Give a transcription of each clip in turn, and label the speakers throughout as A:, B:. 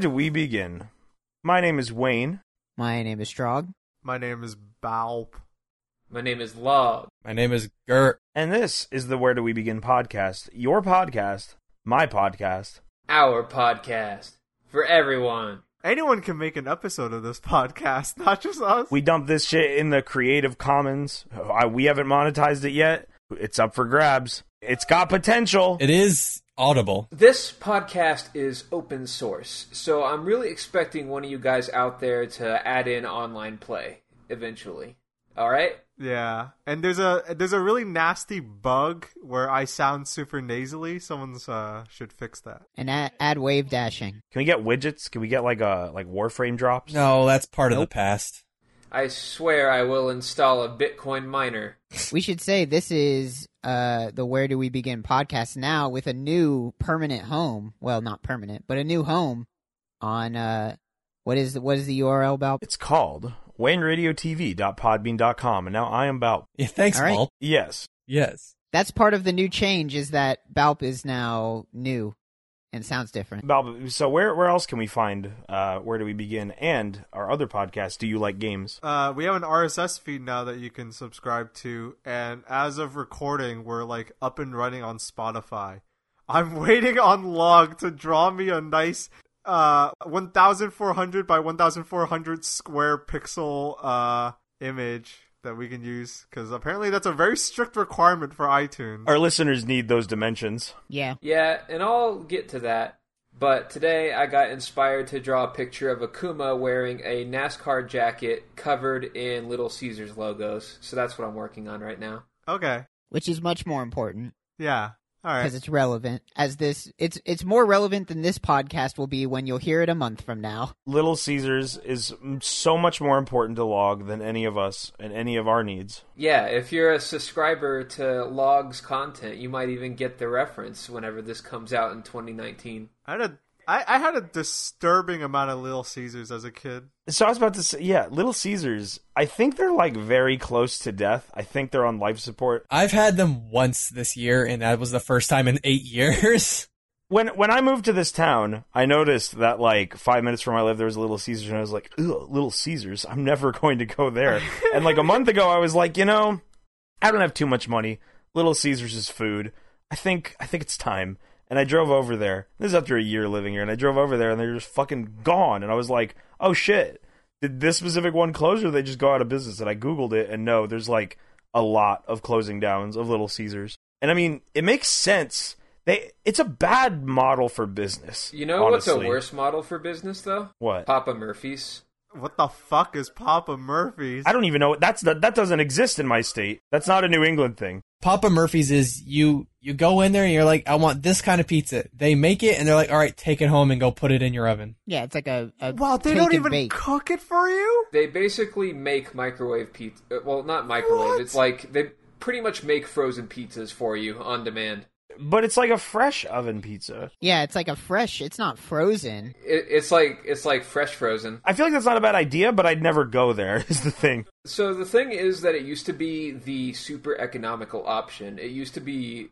A: do we begin? My name is Wayne.
B: My name is Strog.
C: My name is Balp.
D: My name is Log.
E: My name is Gert.
A: And this is the Where Do We Begin podcast. Your podcast, my podcast.
D: Our podcast for everyone.
C: Anyone can make an episode of this podcast, not just us.
A: We dumped this shit in the Creative Commons. I, we haven't monetized it yet. It's up for grabs. It's got potential.
E: It is audible.
D: This podcast is open source, so I'm really expecting one of you guys out there to add in online play eventually. All right?
C: yeah, and there's a there's a really nasty bug where I sound super nasally. Someone's uh should fix that.
B: And add, add wave dashing.
A: Can we get widgets? Can we get like a like Warframe drops?
E: No, that's part of
B: Nope.
E: the past.
D: I swear I will install a Bitcoin miner.
B: We should say this is uh, the Where Do We Begin podcast now with a new permanent home. Well, not permanent, but a new home on uh, what is what is the URL about?
A: It's called WayneRadioTV.podbean.com. And now I am about
E: Yeah, thanks,
B: All right.
E: Walt.
A: yes.
E: Yes.
B: That's part of the new change is that Balp is now new and sounds different.
A: Bob, so where where else can we find uh where do we begin and our other podcast? Do you like games?
C: Uh, we have an RSS feed now that you can subscribe to, and as of recording, we're like up and running on Spotify. I'm waiting on Log to draw me a nice uh 1400 by 1400 square pixel uh image that we can use because apparently that's a very strict requirement for iTunes.
A: Our listeners need those dimensions.
B: Yeah.
D: Yeah, and I'll get to that. But today I got inspired to draw a picture of Akuma wearing a NASCAR jacket covered in Little Caesars logos. So that's what I'm working on right now.
C: Okay,
B: Which is much more important
C: yeah, all
B: because
C: right.
B: it's relevant. As this, it's it's more relevant than this podcast will be when you'll hear it a month from now.
A: Little Caesars is m- so much more important to log than any of us and any of our needs.
D: Yeah, if you're a subscriber to Log's content, you might even get the reference whenever this comes out in 2019.
C: I had a I, I had a disturbing amount of Little Caesars as a kid.
A: So I was about to say, yeah, Little Caesars. I think they're like very close to death. I think they're on life support.
E: I've had them once this year, and that was the first time in eight years.
A: When when I moved to this town, I noticed that like five minutes from where I lived, there was a Little Caesars, and I was like, "Ugh, Little Caesars. I'm never going to go there." and like a month ago, I was like, you know, I don't have too much money. Little Caesars is food. I think I think it's time. And I drove over there. This is after a year living here, and I drove over there, and they're just fucking gone. And I was like, oh shit, did this specific one close, or they just go out of business? And I googled it, and no, there's like a lot of closing downs of Little Caesars. And I mean, it makes sense. They, it's a bad model for business.
D: You know what's
A: honestly.
D: a worse model for business, though?
A: What?
D: Papa Murphy's.
C: What the fuck is Papa Murphy's?
A: I don't even know. That's the, that doesn't exist in my state. That's not a New England thing.
E: Papa Murphy's is you you go in there and you're like, I want this kind of pizza. They make it and they're like, all right, take it home and go put it in your oven.
B: Yeah, it's like a, a
C: Wow, they
B: take
C: don't
B: and
C: even
B: bake.
C: cook it for you?
D: They basically make microwave pizza. uh, Well, not microwave.
C: What?
D: It's like they pretty much make frozen pizzas for you on demand.
A: But it's like a fresh oven pizza.
B: yeah, it's like a fresh. It's not frozen.
D: It, it's like it's like fresh frozen.
A: I feel like that's not a bad idea, but I'd never go there. Is the thing.
D: So the thing is that it used to be the super economical option. It used to be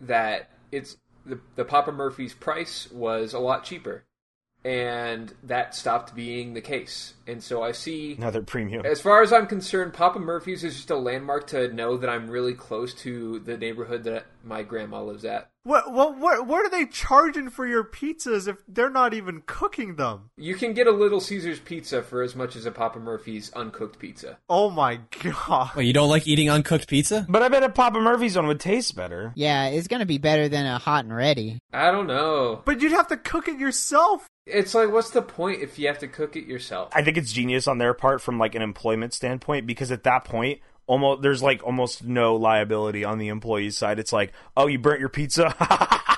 D: that it's the, the Papa Murphy's price was a lot cheaper, and that stopped being the case. And so I see
A: Another premium.
D: As far as I'm concerned, Papa Murphy's is just a landmark to know that I'm really close to the neighborhood that my grandma lives at.
C: What, what, what, what are they charging for your pizzas if they're not even cooking them?
D: You can get a Little Caesars pizza for as much as a Papa Murphy's uncooked pizza.
C: Oh my god.
E: Wait, you don't like eating uncooked pizza?
A: But I bet a Papa Murphy's one would taste better.
B: Yeah, it's gonna be better than a hot and ready.
D: I don't know.
C: But you'd have to cook it yourself.
D: It's like, what's the point if you have to cook it yourself?
A: I think it's genius on their part from like an employment standpoint because at that point, almost there's like almost no liability on the employee's side. It's like, oh, you burnt your pizza.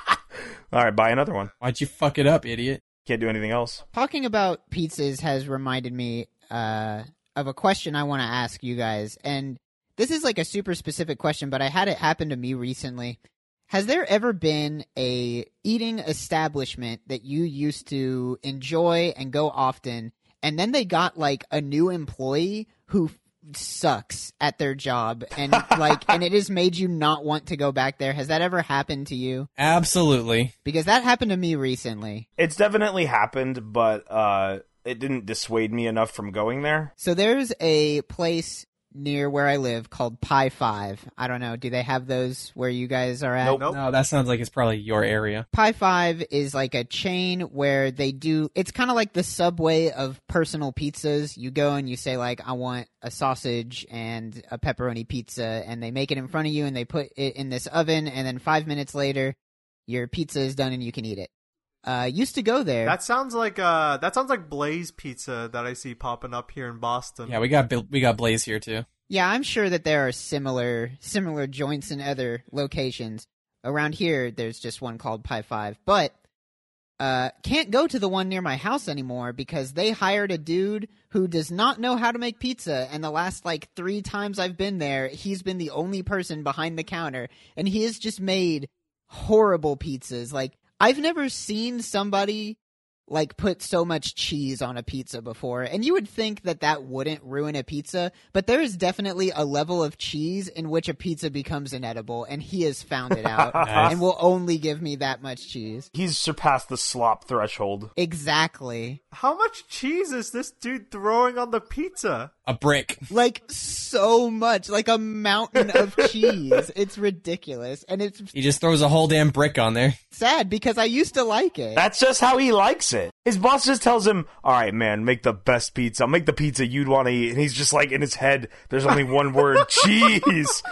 A: All right, buy another one.
E: Why'd you fuck it up, idiot?
A: Can't do anything else.
B: Talking about pizzas has reminded me uh, of a question I want to ask you guys, and this is like a super specific question, but I had it happen to me recently. Has there ever been a eating establishment that you used to enjoy and go often, and then they got like a new employee who sucks at their job and like and it has made you not want to go back there has that ever happened to you
E: Absolutely.
B: because that happened to me recently
A: It's definitely happened, but uh, it didn't dissuade me enough from going there.
B: so there's a place near where i live called pie five i don't know do they have those where you guys are at
A: Nope.
E: No, that sounds like it's probably your area.
B: Pi Five is like a chain where they do. It's kind of like the subway of personal pizzas. You go and you say like, "I want a sausage and a pepperoni pizza," and they make it in front of you and they put it in this oven, and then five minutes later, your pizza is done and you can eat it. Uh, used to go there.
C: That sounds like uh, that sounds like Blaze Pizza that I see popping up here in Boston.
E: Yeah, we got Bill- we got Blaze here too.
B: Yeah, I'm sure that there are similar similar joints in other locations. Around here there's just one called Pi 5, but uh can't go to the one near my house anymore because they hired a dude who does not know how to make pizza and the last like 3 times I've been there, he's been the only person behind the counter and he has just made horrible pizzas. Like I've never seen somebody like put so much cheese on a pizza before and you would think that that wouldn't ruin a pizza but there is definitely a level of cheese in which a pizza becomes inedible and he has found it out
E: Nice.
B: and will only give me that much cheese
A: He's surpassed the slop threshold.
B: exactly
C: How much cheese is this dude throwing on the pizza?
E: A brick.
B: like so much like a mountain of cheese it's ridiculous and it's
E: He just throws a whole damn brick on there.
B: sad because i used to like it
A: That's just how he likes it. His boss just tells him, "All right, man, make the best pizza. Make the pizza you'd want to eat." And he's just like in his head, there's only one word: cheese.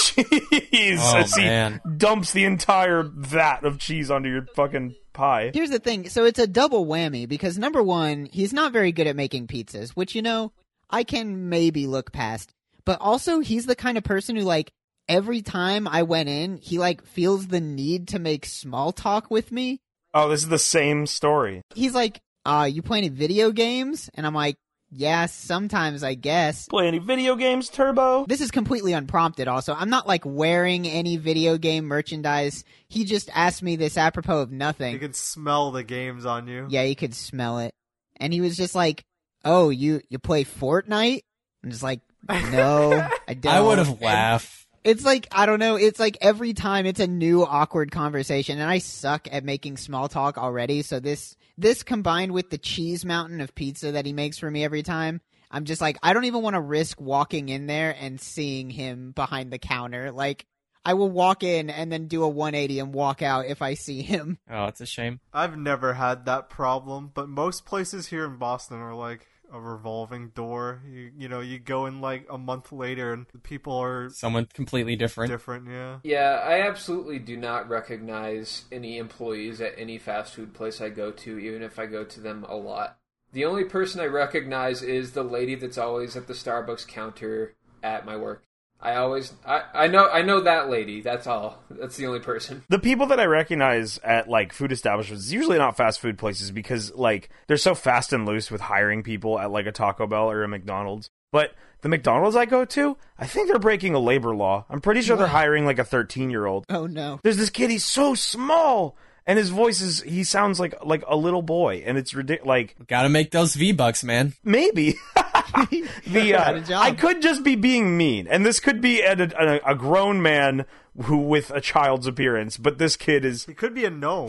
A: Cheese.
E: Oh,
A: As he
E: man.
A: dumps the entire vat of cheese onto your fucking pie.
B: Here's the thing. So it's a double whammy because number one, he's not very good at making pizzas, which, you know, I can maybe look past. But also, he's the kind of person who, like, every time I went in, he, like, feels the need to make small talk with me.
A: Oh, this is the same story.
B: He's like, uh, you play any video games? And I'm like, yeah, sometimes, I guess.
A: Play any video games, Turbo?
B: This is completely unprompted, also. I'm not, like, wearing any video game merchandise. He just asked me this apropos of nothing.
C: You can smell the games on you.
B: Yeah, you could smell it. And he was just like, "Oh, you you play Fortnite?" I'm just like, "No, I don't."
E: I would have laughed.
B: It's like I don't know. It's like every time it's a new awkward conversation, and I suck at making small talk already. So this this combined with the cheese mountain of pizza that he makes for me every time. I'm just like I don't even want to risk walking in there and seeing him behind the counter. Like I will walk in and then do a 180 and walk out if I see him.
E: Oh, it's a shame.
C: I've never had that problem, but most places here in Boston are like a revolving door. You you know, you go in like a month later and the people are
E: Someone completely different.
C: different, yeah.
D: Yeah, I absolutely do not recognize any employees at any fast food place I go to, even if I go to them a lot. The only person I recognize is the lady that's always at the Starbucks counter at my work. I always I, I know I know that lady, that's all. That's the only person.
A: The people that I recognize at like food establishments, usually not fast food places, because like they're so fast and loose with hiring people at like a Taco Bell or a McDonald's. But the McDonald's I go to, I think they're breaking a labor law. I'm pretty sure they're hiring like a 13 year old.
B: Oh no.
A: There's this kid, he's so small, and his voice is he sounds like like a little boy, and it's ridiculous. Like
E: Gotta make those V Bucks, man.
A: maybe the
B: Got a
A: uh,
B: job.
A: I could just be being mean, and this could be a, a, a grown man who with a child's appearance, but this kid is.
C: He could be a gnome.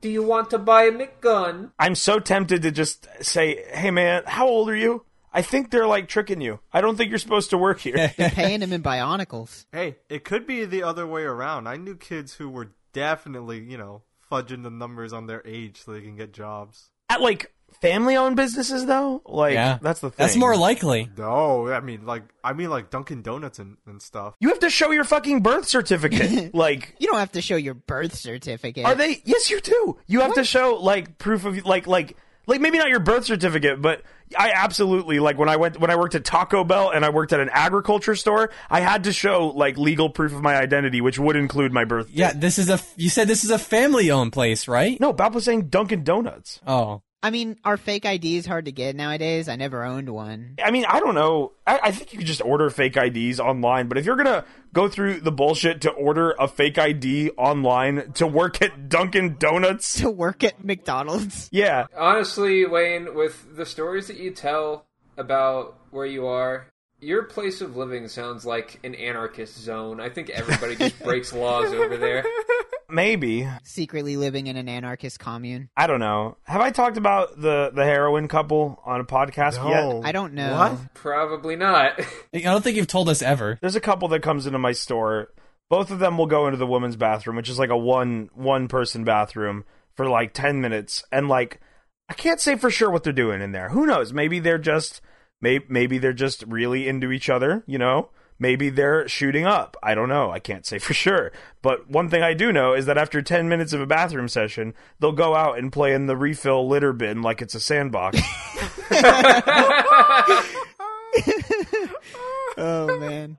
D: Do you want to buy a McGun?
A: I'm so tempted to just say, "Hey, man, how old are you?" I think they're like tricking you. I don't think you're supposed to work here.
B: They're paying him in bionicles.
C: hey, it could be the other way around. I knew kids who were definitely, you know, fudging the numbers on their age so they can get jobs.
A: At like family-owned businesses, though, like
E: yeah,
A: that's the thing.
E: That's more likely.
C: No, I mean like I mean like Dunkin' Donuts and, and stuff.
A: you have to show your fucking birth certificate. like
B: You don't have to show your birth certificate.
A: Are they? Yes, you do. You have to show like proof of like like like maybe not your birth certificate, but I absolutely like when I went when I worked at Taco Bell and I worked at an agriculture store, I had to show like legal proof of my identity, which would include my birth.
E: Yeah, this is a. You said this is a family-owned place, right?
A: No, Bob was saying Dunkin' Donuts.
E: Oh,
B: I mean, are fake IDs hard to get nowadays? I never owned one.
A: I mean, I don't know. I, I think you could just order fake IDs online, but if you're gonna go through the bullshit to order a fake ID online to work at Dunkin' Donuts,
B: To work at McDonald's.
A: yeah,
D: Honestly, Wayne, with the stories that you tell about where you are Your place of living sounds like an anarchist zone. I think everybody just breaks laws over there.
A: Maybe
B: Secretly living in an anarchist commune.
A: I don't know. Have I talked about the the heroin couple on a podcast yet?
C: No.
B: I don't know.
C: What?
D: Probably not.
E: I don't think you've told us ever.
A: There's a couple that comes into my store. Both of them will go into the women's bathroom, which is like a one one person bathroom for like 10 minutes and like I can't say for sure what they're doing in there. Who knows? Maybe they're just may, maybe they're just really into each other, you know? Maybe they're shooting up. I don't know. I can't say for sure. But one thing I do know is that after 10 minutes of a bathroom session, they'll go out and play in the refill litter bin like it's a sandbox.
B: Oh man.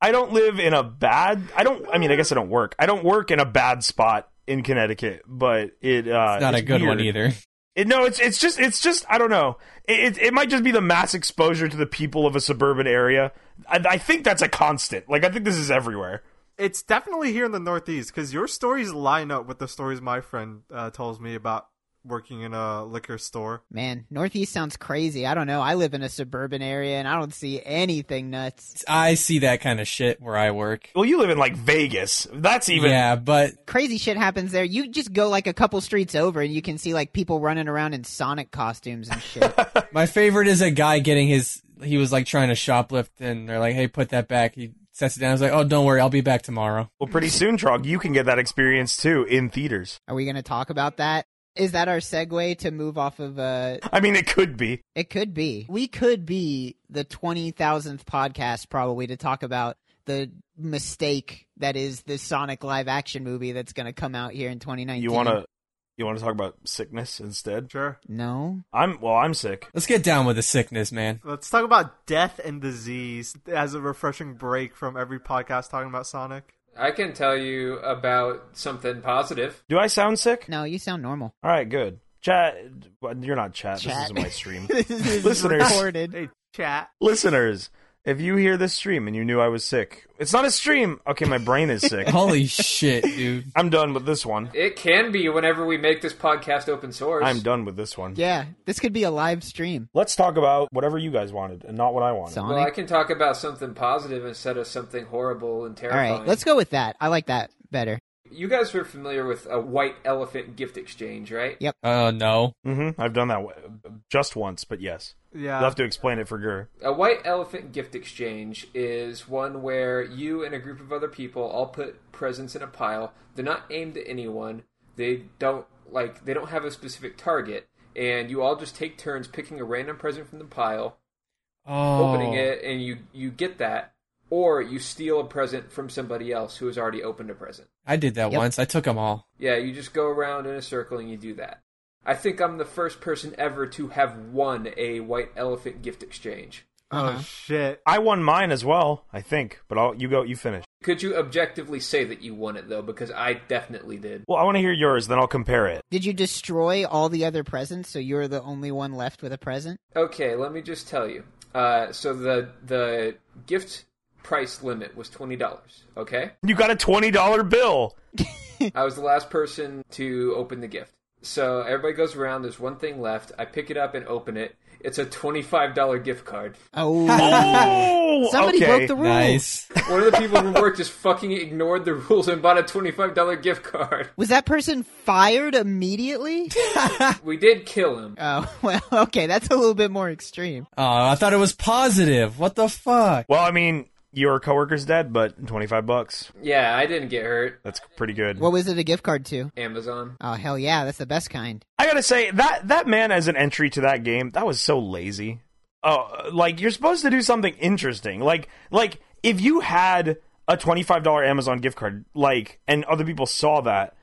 A: I don't live in a bad. I don't. I mean, I guess I don't work. I don't work in a bad spot in Connecticut, but it uh,
E: It's not a good one
A: weird.
E: either.
A: It- no, it's it's just it's just I don't know. It, it it might just be the mass exposure to the people of a suburban area. I, I think that's a constant. Like I think this is everywhere.
C: It's definitely here in the Northeast because your stories line up with the stories my friend uh, tells me about working in a liquor store.
B: Man, Northeast sounds crazy. I don't know. I live in a suburban area and I don't see anything nuts.
E: I see that kind of shit where I work.
A: Well, you live in like Vegas. That's even.
E: Yeah, but
B: Crazy shit happens there. You just go like a couple streets over and you can see like people running around in Sonic costumes and shit.
E: my favorite is a guy getting his. He was like trying to shoplift, and they're like, "Hey, put that back." He sets it down. He's like, "Oh, don't worry, I'll be back tomorrow."
A: Well, pretty soon, Trog, you can get that experience too in theaters.
B: Are we going to talk about that? Is that our segue to move off of uh
A: I mean, it could be.
B: it could be. We could be the 20,000th podcast probably to talk about the mistake that is the Sonic live action movie that's going to come out here in 2019.
A: You want to you want to talk about sickness instead?
C: Sure.
B: No.
A: I'm well. I'm sick.
E: Let's get down with the sickness, man.
C: Let's talk about death and disease as a refreshing break from every podcast talking about Sonic.
D: I can tell you about something positive.
A: Do I sound sick?
B: No, you sound normal.
A: All right, good. Chat, well, you're not chat. This
B: Chat.
A: is my stream.
B: this is
A: Listeners.
B: recorded.
C: Hey, chat.
A: Listeners, if you hear this stream and you knew I was sick, it's not a stream. Okay, my brain is sick.
E: Holy shit, dude!
A: I'm done with this one.
D: It can be whenever we make this podcast open source.
A: I'm done with this one.
B: Yeah, this could be a live stream.
A: Let's talk about whatever you guys wanted and not what I wanted.
B: Sonic.
D: Well, I can talk about something positive instead of something horrible and
B: All
D: terrifying.
B: right, let's go with that. I like that better.
D: You guys were familiar with a white elephant gift exchange, right?
B: Yep.
E: Oh no,
A: Mm-hmm. I've done that w- just once, but yes.
C: Yeah.
A: You'll have to explain it for Gur.
D: A white elephant gift exchange is one where you and a group of other people all put presents in a pile. They're not aimed at anyone. They don't like they don't have a specific target, and you all just take turns picking a random present from the pile,
E: oh,
D: opening it, and you you get that, or you steal a present from somebody else who has already opened a present.
E: I did that
B: Yep.
E: once. I took them all.
D: Yeah, you just go around in a circle and you do that. I think I'm the first person ever to have won a white elephant gift exchange.
B: Uh-huh.
C: Oh, shit.
A: I won mine as well, I think. But I'll, you go. You finish.
D: Could you objectively say that you won it though? Because I definitely did.
A: Well, I want to hear yours, then I'll compare it.
B: Did you destroy all the other presents so you're the only one left with a present?
D: Okay, let me just tell you. Uh, so the the gift price limit was twenty dollars. Okay,
A: You got a twenty dollar bill.
D: I was the last person to open the gift. So everybody goes around. There's one thing left. I pick it up and open it. It's a twenty five dollar gift card.
B: Oh.
A: Oh,
B: Somebody
A: okay.
B: broke the rules.
E: Nice.
D: One of the people who worked just fucking ignored the rules and bought a twenty five dollar gift card.
B: Was that person fired immediately?
D: We did kill him.
B: oh, well, okay, that's a little bit more extreme.
E: Oh, I thought it was positive. What the fuck?
A: Well, I mean, your coworker's dead, but twenty five bucks.
D: Yeah, I didn't get hurt.
A: That's pretty good.
B: What was it a gift card to?
D: Amazon.
B: Oh, hell yeah, that's the best kind.
A: I gotta say that that man as an entry to that game that was so lazy. Oh, like you're supposed to do something interesting. Like like if you had a twenty five dollar Amazon gift card, like and other people saw that,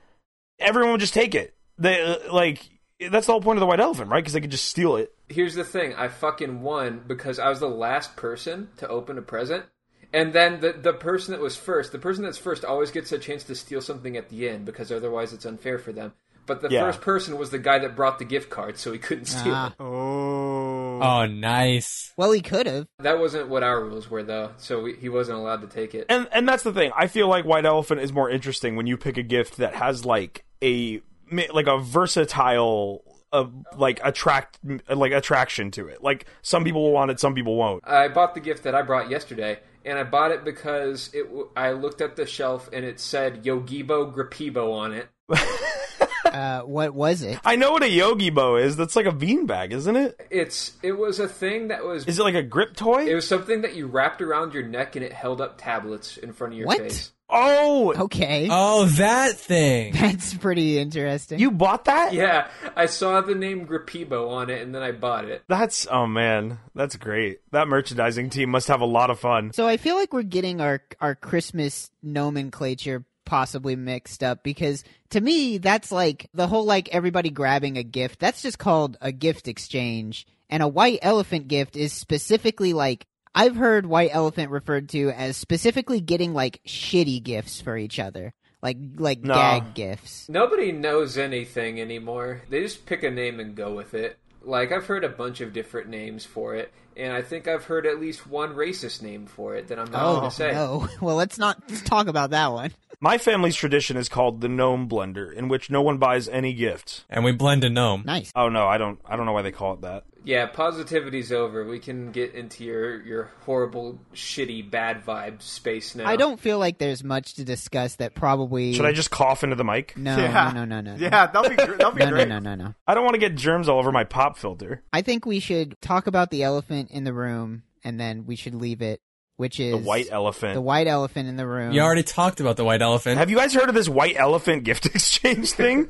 A: everyone would just take it. They uh, like that's the whole point of the white elephant, right? Because they could just steal it.
D: here's the thing i fucking won because i was the last person to open a present and then the, the person that was first the person that's first always gets a chance to steal something at the end because otherwise it's unfair for them but the
A: Yeah.
D: first person was the guy that brought the gift card so he couldn't steal
B: Ah.
C: Oh.
E: Oh, nice.
B: Well, he could have.
D: it that wasn't what our rules were though so we, he wasn't allowed to take it
A: And and that's the thing. I feel like white elephant is more interesting when you pick a gift that has like a like a versatile a like attract like attraction to it. Like some people will want it, some people won't.
D: I bought the gift that I brought yesterday, and I bought it because it. w- I looked at the shelf and it said Yogibo Grippibo on it.
B: Uh, what was it?
A: I know what a yogi bow is. That's like a beanbag, isn't it?
D: It's it was a thing that was
A: Is it like a grip toy?
D: it was something that you wrapped around your neck and it held up tablets in front of your
B: What?
D: face.
A: oh,
B: Okay,
E: Oh, that thing.
B: that's pretty interesting.
A: you bought that?
D: Yeah, I saw the name Grippibo on it, and then I bought it.
A: That's oh man, that's great. That merchandising team must have a lot of fun.
B: So I feel like we're getting our our Christmas nomenclature possibly mixed up because to me that's like the whole like everybody grabbing a gift. That's just called a gift exchange. And a white elephant gift is specifically like I've heard white elephant referred to as specifically getting like shitty gifts for each other. Like like
A: No.
B: gag gifts.
D: Nobody knows anything anymore. They just pick a name and go with it. Like I've heard a bunch of different names for it, and I think I've heard at least one racist name for it that I'm not going to say.
B: Oh, no. Well, let's not talk about that one.
A: My family's tradition is called the gnome blender, in which no one buys any gifts.
E: And we blend a gnome.
B: Nice.
A: Oh no, I don't. I don't know why they call it that.
D: Yeah, positivity's over. We can get into your your horrible, shitty, bad vibe space now.
B: I don't feel like there's much to discuss that probably
A: Should I just cough into the mic?
B: Oh, no,
C: Yeah.
B: no, no, no, no.
C: Yeah, that'll be gr- that'll be
B: No, no,
C: great.
B: no, no, no.
A: I don't want to get germs all over my pop filter.
B: I think we should talk about the elephant in the room, and then we should leave it, which is
A: The white elephant.
B: the white elephant in the room.
E: You already talked about the white elephant.
A: Have you guys heard of this white elephant gift exchange thing?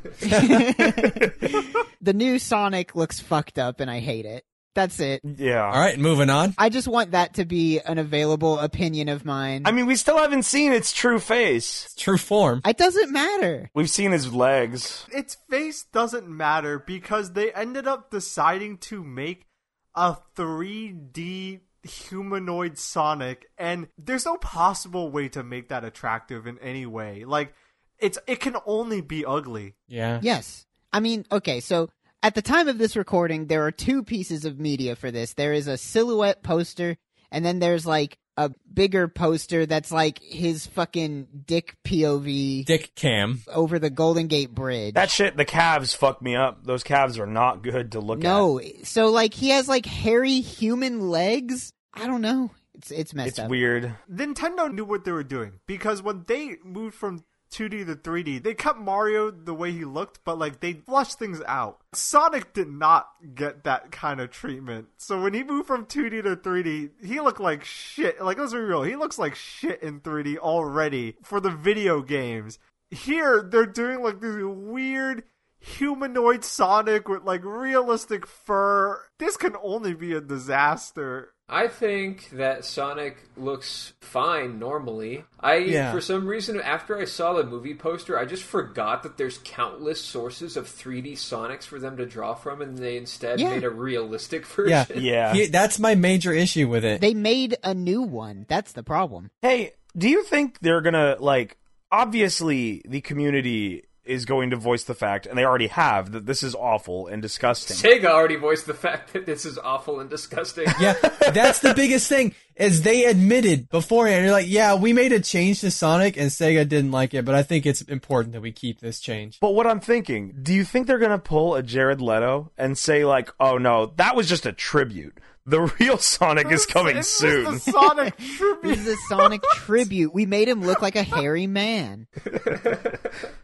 B: the new Sonic looks fucked up, and I hate it. That's it.
A: yeah.
E: All right, moving on.
B: I just want that to be an available opinion of mine.
A: I mean, we still haven't seen its true face.
E: True form.
B: it doesn't matter.
A: We've seen his legs.
C: Its face doesn't matter because they ended up deciding to make a 3D humanoid Sonic, and there's no possible way to make that attractive in any way. Like, it's it can only be ugly.
E: Yeah.
B: Yes. I mean, okay, so at the time of this recording, there are two pieces of media for this. There is a silhouette poster, and then there's like a bigger poster that's like his fucking dick POV
E: Dick cam.
B: over the Golden Gate Bridge.
A: That shit, the calves fuck me up. Those calves are not good to look at.
B: No, so like he has like hairy human legs. I don't know. It's it's messed
A: It's
B: up.
A: weird.
C: Nintendo knew what they were doing because when they moved from 2D to 3D, they kept Mario the way he looked, but like they flushed things out. Sonic did not get that kind of treatment. So when he moved from 2D to 3D, he looked like shit. Like let's be real, he looks like shit in 3D already for the video games. Here they're doing like this weird humanoid Sonic with like realistic fur. This can only be a disaster.
D: I think that Sonic looks fine normally. I,
E: Yeah.
D: for some reason, after I saw the movie poster, I just forgot that there's countless sources of 3D Sonics for them to draw from, and they instead
B: Yeah.
D: made a realistic
E: Yeah.
D: version.
A: Yeah.
E: He- that's my major issue with it.
B: They made a new one. That's the problem.
A: Hey, do you think they're gonna like? Obviously, the community is going to voice the fact, and they already have that this is awful and disgusting.
D: Sega already voiced the fact that this is awful and disgusting.
E: yeah, that's the biggest thing is they admitted beforehand. You're like, yeah, we made a change to Sonic, and Sega didn't like it, but I think it's important that we keep this change.
A: But what I'm thinking, do you think they're going to pull a Jared Leto and say like, "Oh no, that was just a tribute. The real Sonic is coming
C: It's just
A: soon."
C: a Sonic
B: This
C: tribute.
B: is a Sonic tribute. We made him look like a hairy man.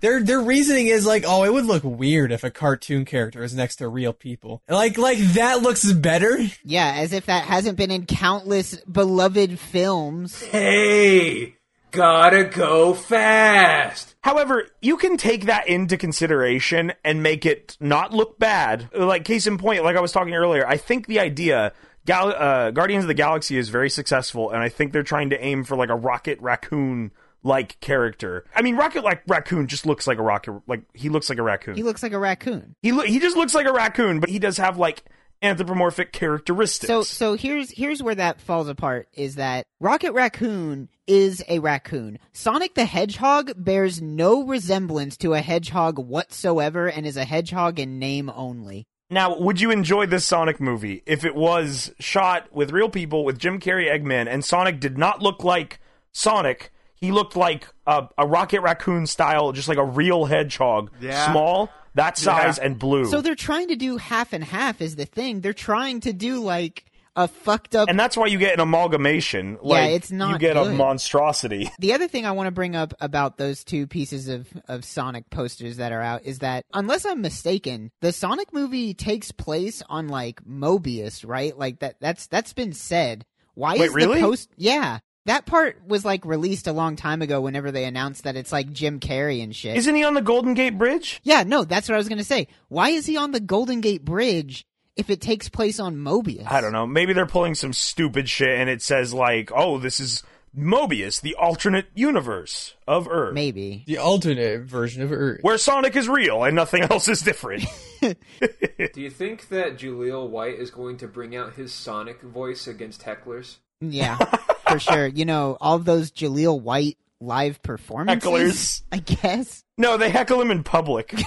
E: Their their reasoning is like, oh, it would look weird if a cartoon character is next to real people. Like like that looks better.
B: Yeah, as if that hasn't been in countless beloved films.
D: hey, gotta go fast.
A: However, you can take that into consideration and make it not look bad. Like case in point, like I was talking earlier, I think the idea Gal- uh, Guardians of the Galaxy is very successful, and I think they're trying to aim for like a Rocket Raccoon like character. I mean, Rocket like Raccoon just looks like a rocket. Like he looks like a raccoon.
B: He looks like a raccoon.
A: He lo- he just looks like a raccoon, but he does have like anthropomorphic characteristics.
B: So so here's here's where that falls apart is that Rocket Raccoon is a raccoon. Sonic the Hedgehog bears no resemblance to a hedgehog whatsoever and is a hedgehog in name only.
A: now, would you enjoy this Sonic movie if it was shot with real people with Jim Carrey, Eggman, and Sonic did not look like Sonic? He looked like a, a Rocket Raccoon style, just like a real hedgehog,
C: Yeah.
A: small. that size and blue.
B: So they're trying to do half and half is the thing. They're trying to do like a fucked up.
A: and that's why you get an amalgamation. Like,
B: it's not
A: You get a
B: good.
A: monstrosity.
B: the other thing I want to bring up about those two pieces of, of Sonic posters that are out is that, unless I'm mistaken, the Sonic movie takes place on like Mobius, right? Like that. That's that's been said. Why
A: Wait,
B: is
A: really?
B: the post? Yeah, that part was like released a long time ago. Whenever they announced that it's like Jim Carrey and shit.
A: Isn't he on the Golden Gate Bridge?
B: Yeah, no, that's what I was going to say. Why is he on the Golden Gate Bridge if it takes place on Mobius?
A: I don't know. Maybe they're pulling some stupid shit and it says like, "Oh, this is Mobius, the alternate universe of Earth."
B: Maybe.
E: The alternate version of Earth.
A: Where Sonic is real and nothing else is different.
D: Do you think that Jaleel White is going to bring out his Sonic voice against hecklers?
B: Yeah, for sure. You know, all those Jaleel White live performances.
A: Hecklers.
B: I guess.
A: no, they heckle him in public.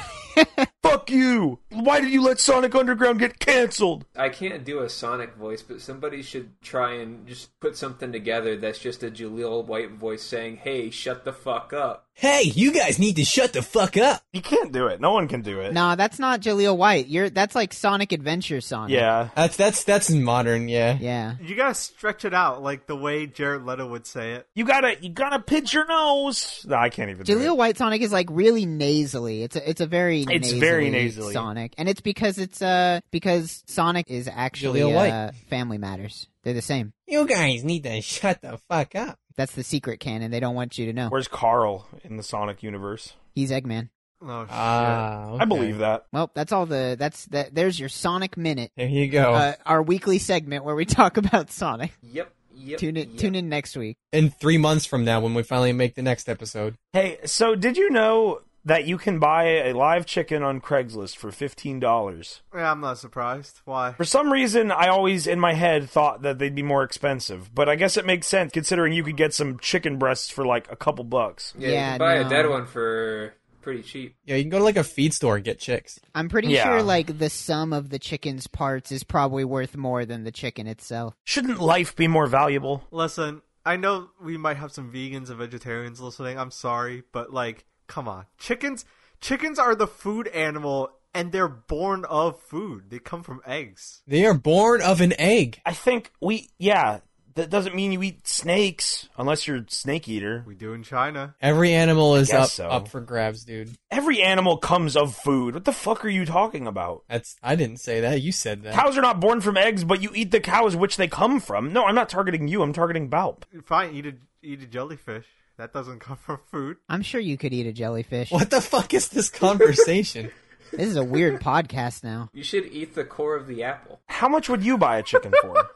A: Fuck you! Why did you let Sonic Underground get canceled?
D: I can't do a Sonic voice, but somebody should try and just put something together that's just a Jaleel White voice saying, "Hey, shut the fuck up."
E: Hey, you guys need to shut the fuck up.
A: You can't do it. No one can do it.
B: Nah, that's not Jaleel White. You're that's like Sonic Adventure Sonic.
A: Yeah.
E: That's that's that's modern, yeah.
B: Yeah.
C: You gotta stretch it out, like the way Jared Leto would say it.
A: You gotta, you gotta pinch your nose. No, I can't even. do it.
B: Jaleel White Sonic is like really nasally. It's a, it's a very
A: It's
B: nasally
A: very nasally.
B: Sonic, and it's because it's uh because Sonic is actually
E: Jaleel White.
B: uh, Family Matters. They're the same.
E: You guys need to shut the fuck up.
B: That's the secret canon. They don't want you to know.
A: Where's Carl in the Sonic universe?
B: He's Eggman.
C: Oh shit.
E: Ah,
A: I believe that.
B: Well, that's all the that's that. There's your Sonic Minute,
E: There you
A: Oh.
E: go.
B: uh, our weekly segment where we talk about Sonic.
D: Yep. Yep.
B: Tune in,
D: yep.
B: tune in next week.
E: in three months from now, when we finally make the next episode,
A: Hey, so did you know that you can buy a live chicken on Craigslist for fifteen dollars?
C: yeah, I'm not surprised. Why?
A: For some reason, I always in my head thought that they'd be more expensive, but I guess it makes sense considering you could get some chicken breasts for like a couple bucks.
D: Yeah, you
B: Yeah,
D: can buy
B: no.
D: a dead one for pretty cheap.
E: yeah, you can go to like a feed store and get chicks.
B: I'm pretty
A: Yeah.
B: sure like the sum of the chicken's parts is probably worth more than the chicken itself.
A: Shouldn't life be more valuable?
C: Listen, I know we might have some vegans and vegetarians listening. I'm sorry, but like, come on, chickens. Chickens are the food animal, and they're born of food. They come from eggs.
E: They are born of an egg.
A: I think we, yeah, that doesn't mean you eat snakes unless you're a snake eater.
C: We do in China.
E: Every animal is
A: guess
E: up
A: so.
E: up for grabs, dude.
A: Every animal comes of food. What the fuck are you talking about?
E: That's I didn't say that. You said that.
A: Cows are not born from eggs, but you eat the cows which they come from. No, I'm not targeting you. I'm targeting Balp.
C: Fine, eat a eat a jellyfish. That doesn't come from food.
B: I'm sure you could eat a jellyfish.
E: What the fuck is this conversation?
B: This is a weird podcast now.
D: You should eat the core of the apple.
A: How much would you buy a chicken for?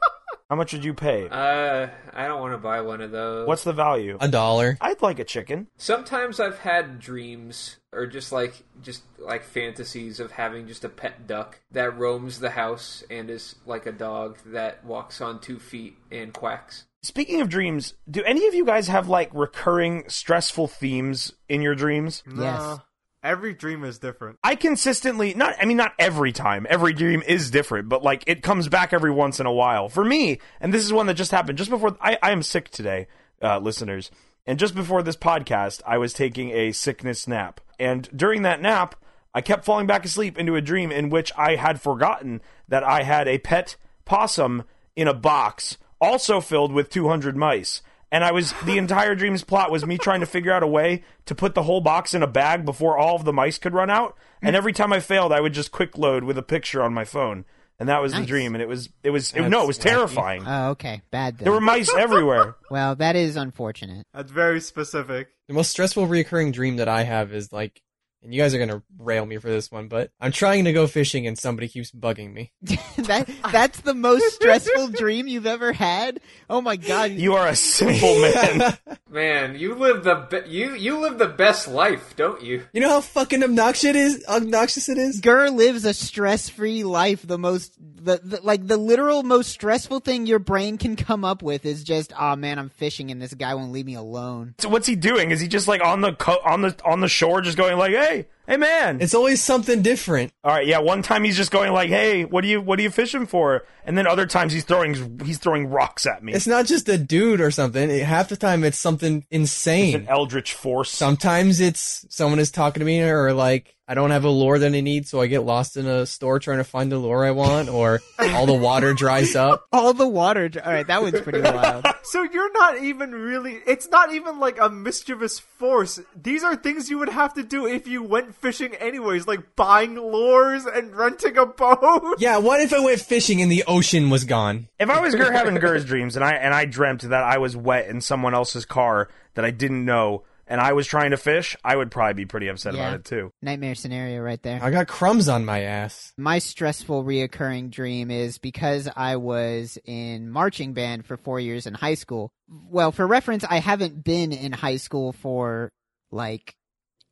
A: How much would you pay?
D: Uh, I don't want to buy one of those.
A: What's the value?
E: a dollar.
A: I'd like a chicken.
D: Sometimes I've had dreams or just like just like fantasies of having just a pet duck that roams the house and is like a dog that walks on two feet and quacks.
A: Speaking of dreams, do any of you guys have like recurring stressful themes in your dreams?
C: No.
B: Yes.
C: Every dream is different.
A: I consistently not I mean not every time. Every dream is different, but like it comes back every once in a while. For me, and this is one that just happened just before I, I am sick today, uh, listeners. And just before this podcast, I was taking a sickness nap. And during that nap, I kept falling back asleep into a dream in which I had forgotten that I had a pet possum in a box, also filled with 200 mice. And I was the entire dream's plot was me trying to figure out a way to put the whole box in a bag before all of the mice could run out. And
E: Mm.
A: every time I failed, I would just quick load with a picture on my phone, and that was the
B: Nice.
A: dream. And it was it was it-
E: That's
A: no, it was
E: wacky.
A: terrifying.
B: Oh, okay. Bad.
A: There were
B: Then.
A: mice everywhere.
B: Well, that is unfortunate.
C: That's very specific.
E: The most stressful recurring dream that I have is like, and you guys are gonna rail me for this one, but I'm trying to go fishing and somebody keeps bugging me.
B: that that's the most stressful dream you've ever had. Oh my god.
A: You are a simple man.
D: Man, you live the be- you you live the best life, don't you?
E: You know how fucking obnoxious it is. Obnoxious it is.
B: Gurr lives a stress-free life. The most, the, the like, the literal most stressful thing your brain can come up with is just, oh man, I'm fishing and this guy won't leave me alone.
A: So what's he doing? Is he just like on the co- on the on the shore, just going like, "Hey, hey, man!"
E: It's always something different.
A: All right, yeah. One time he's just going like, "Hey, what are you what are you fishing for?" And then other times he's throwing he's throwing rocks at me.
E: It's not just a dude or something. It- half the time it's something
A: It's an
E: insane.
A: eldritch force.
E: Sometimes it's someone is talking to me or like I don't have a lure that I need, so I get lost in a store trying to find the lure I want, or all the water dries up.
B: All the water. All right, that one's pretty wild.
C: So you're not even really. It's not even like a mischievous force. These are things you would have to do if you went fishing anyways, like buying lures and renting a boat.
E: Yeah, what if I went fishing and the ocean was gone?
A: If I was Gur having Gur's dreams and I and I dreamt that I was wet in someone else's car that I didn't know and I was trying to fish, I would probably be pretty upset
B: Yeah.
A: about it too.
B: Nightmare scenario right there.
E: I got crumbs on my ass.
B: my stressful reoccurring dream is because I was in marching band for four years in high school. Well, for reference, I haven't been in high school for like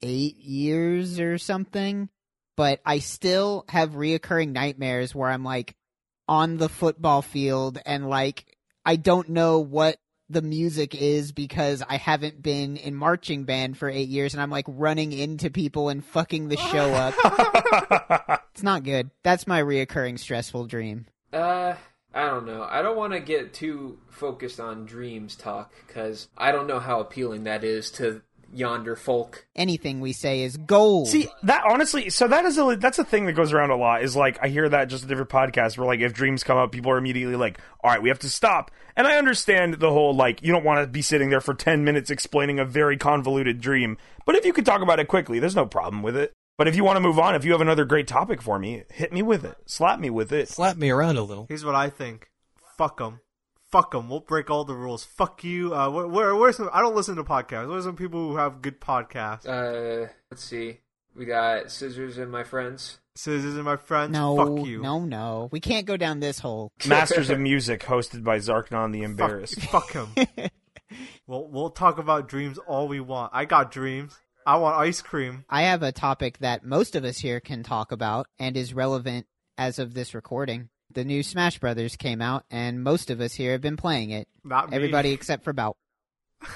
B: eight years or something, but I still have reoccurring nightmares where I'm like on the football field and like I don't know what the music is because I haven't been in marching band for eight years and I'm like running into people and fucking the show up. It's not good. That's my reoccurring stressful dream.
D: Uh, I don't know. I don't want to get too focused on dreams talk because I don't know how appealing that is to yonder folk.
B: Anything we say is gold.
A: See that honestly, so that is a that's a thing that goes around a lot. Is like I hear that just at different podcasts where like if dreams come up, people are immediately like, "All right, we have to stop." And I understand the whole like you don't want to be sitting there for ten minutes explaining a very convoluted dream, but if you could talk about it quickly, there's no problem with it. But if you want to move on, if you have another great topic for me, hit me with it, slap me with it.
E: Slap me around a little.
C: Here's what I think. Fuck them. Fuck them. We'll break all the rules. Fuck you. Uh, where, where, where's some? I don't listen to podcasts. Where's some people who have good podcasts?
D: Uh, let's see. We got scissors and my friends.
C: Scissors and my friends.
B: no,
C: Fuck you.
B: no, no. We can't go down this hole.
A: Masters of Music, hosted by Zarknon the
C: Fuck,
A: Embarrassed.
C: fuck him. we'll we'll talk about dreams all we want. I got dreams. I want ice cream.
B: I have a topic that most of us here can talk about and is relevant as of this recording. The new Smash Brothers came out, and most of us here have been playing it.
C: Not me.
B: Everybody except for Bout.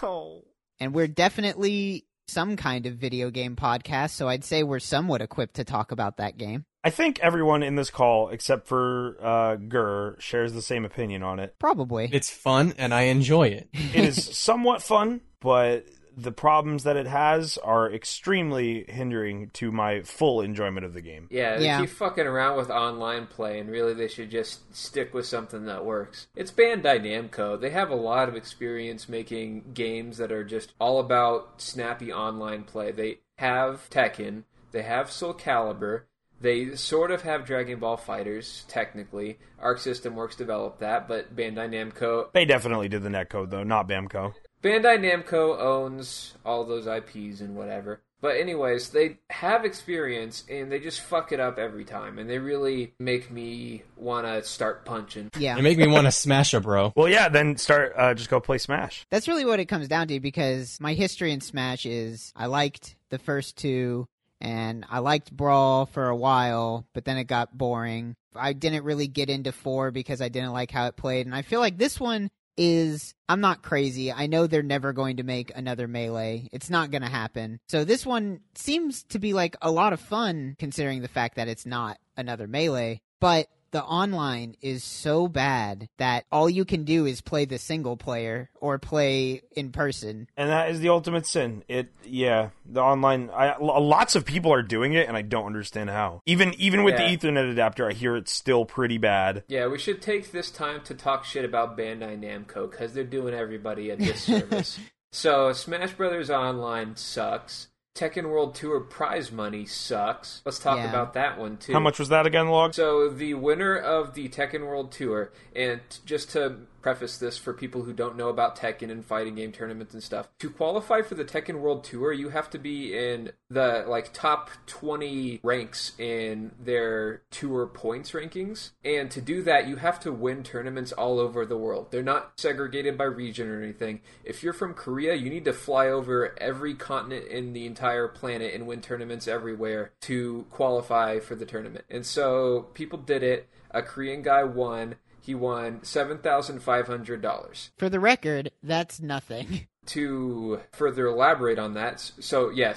C: Oh.
B: And we're definitely some kind of video game podcast, so I'd say we're somewhat equipped to talk about that game.
A: I think everyone in this call, except for uh, Gurr, shares the same opinion on it.
B: Probably.
E: It's fun and I enjoy it.
A: It is somewhat fun, but the problems that it has are extremely hindering to my full enjoyment of the game.
D: Yeah, they
B: Yeah.
D: keep fucking around with online play, and really they should just stick with something that works. It's Bandai Namco. They have a lot of experience making games that are just all about snappy online play. They have Tekken, they have Soul Calibur, they sort of have Dragon Ball Fighters, technically. Arc System Works developed that, but Bandai Namco.
A: They definitely did the netcode, though, not Bamco.
D: Bandai Namco owns all those IPs and whatever. But anyways, they have experience and they just fuck it up every time and they really make me want to start punching.
B: yeah.
E: It make me want to smash a bro.
A: Well, yeah, then start, uh, just go play Smash.
B: That's really what it comes down to because my history in Smash is I liked the first two and I liked Brawl for a while, but then it got boring. I didn't really get into four because I didn't like how it played. And I feel like this one is, I'm not crazy. I know they're never going to make another Melee. It's not going to happen. So this one seems to be like a lot of fun considering the fact that it's not another Melee. But the online is so bad that all you can do is play the single player or play in person.
A: And that is the ultimate sin. It, yeah, the online, I, l- lots of people are doing it, and I don't understand how. Even, even with
D: Yeah.
A: the Ethernet adapter, I hear it's still pretty bad.
D: Yeah, we should take this time to talk shit about Bandai Namco because they're doing everybody a disservice. so, Smash Brothers Online sucks. Tekken World Tour prize money sucks. Let's talk
B: Yeah.
D: about that one too.
A: How much was that again, Log?
D: So the winner of the Tekken World Tour, and just to preface this for people who don't know about Tekken and fighting game tournaments and stuff, to qualify for the Tekken World Tour, you have to be in the like top 20 ranks in their tour points rankings, and to do that, you have to win tournaments all over the world. They're not segregated by region or anything. If you're from Korea, you need to fly over every continent in the entire planet and win tournaments everywhere to qualify for the tournament. And so people did it. A Korean guy won. He won $7,500.
B: For the record, that's nothing.
D: to further elaborate on that, s- so yeah,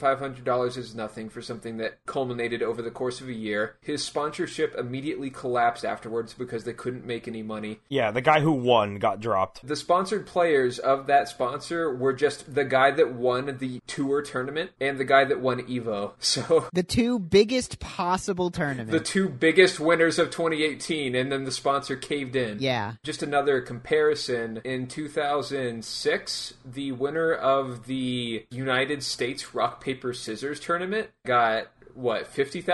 D: $7,500 is nothing for something that culminated over the course of a year. His sponsorship immediately collapsed afterwards because they couldn't make any money.
A: Yeah, the guy who won got dropped.
D: The sponsored players of that sponsor were just the guy that won the tour tournament and the guy that won Evo. So
B: The two biggest possible
D: the
B: tournaments.
D: two biggest winners of 2018, and then the sponsor caved in.
B: yeah.
D: Just another comparison. In 2006, the winner of the United States Rock, Paper, Scissors tournament got, what, $50,000?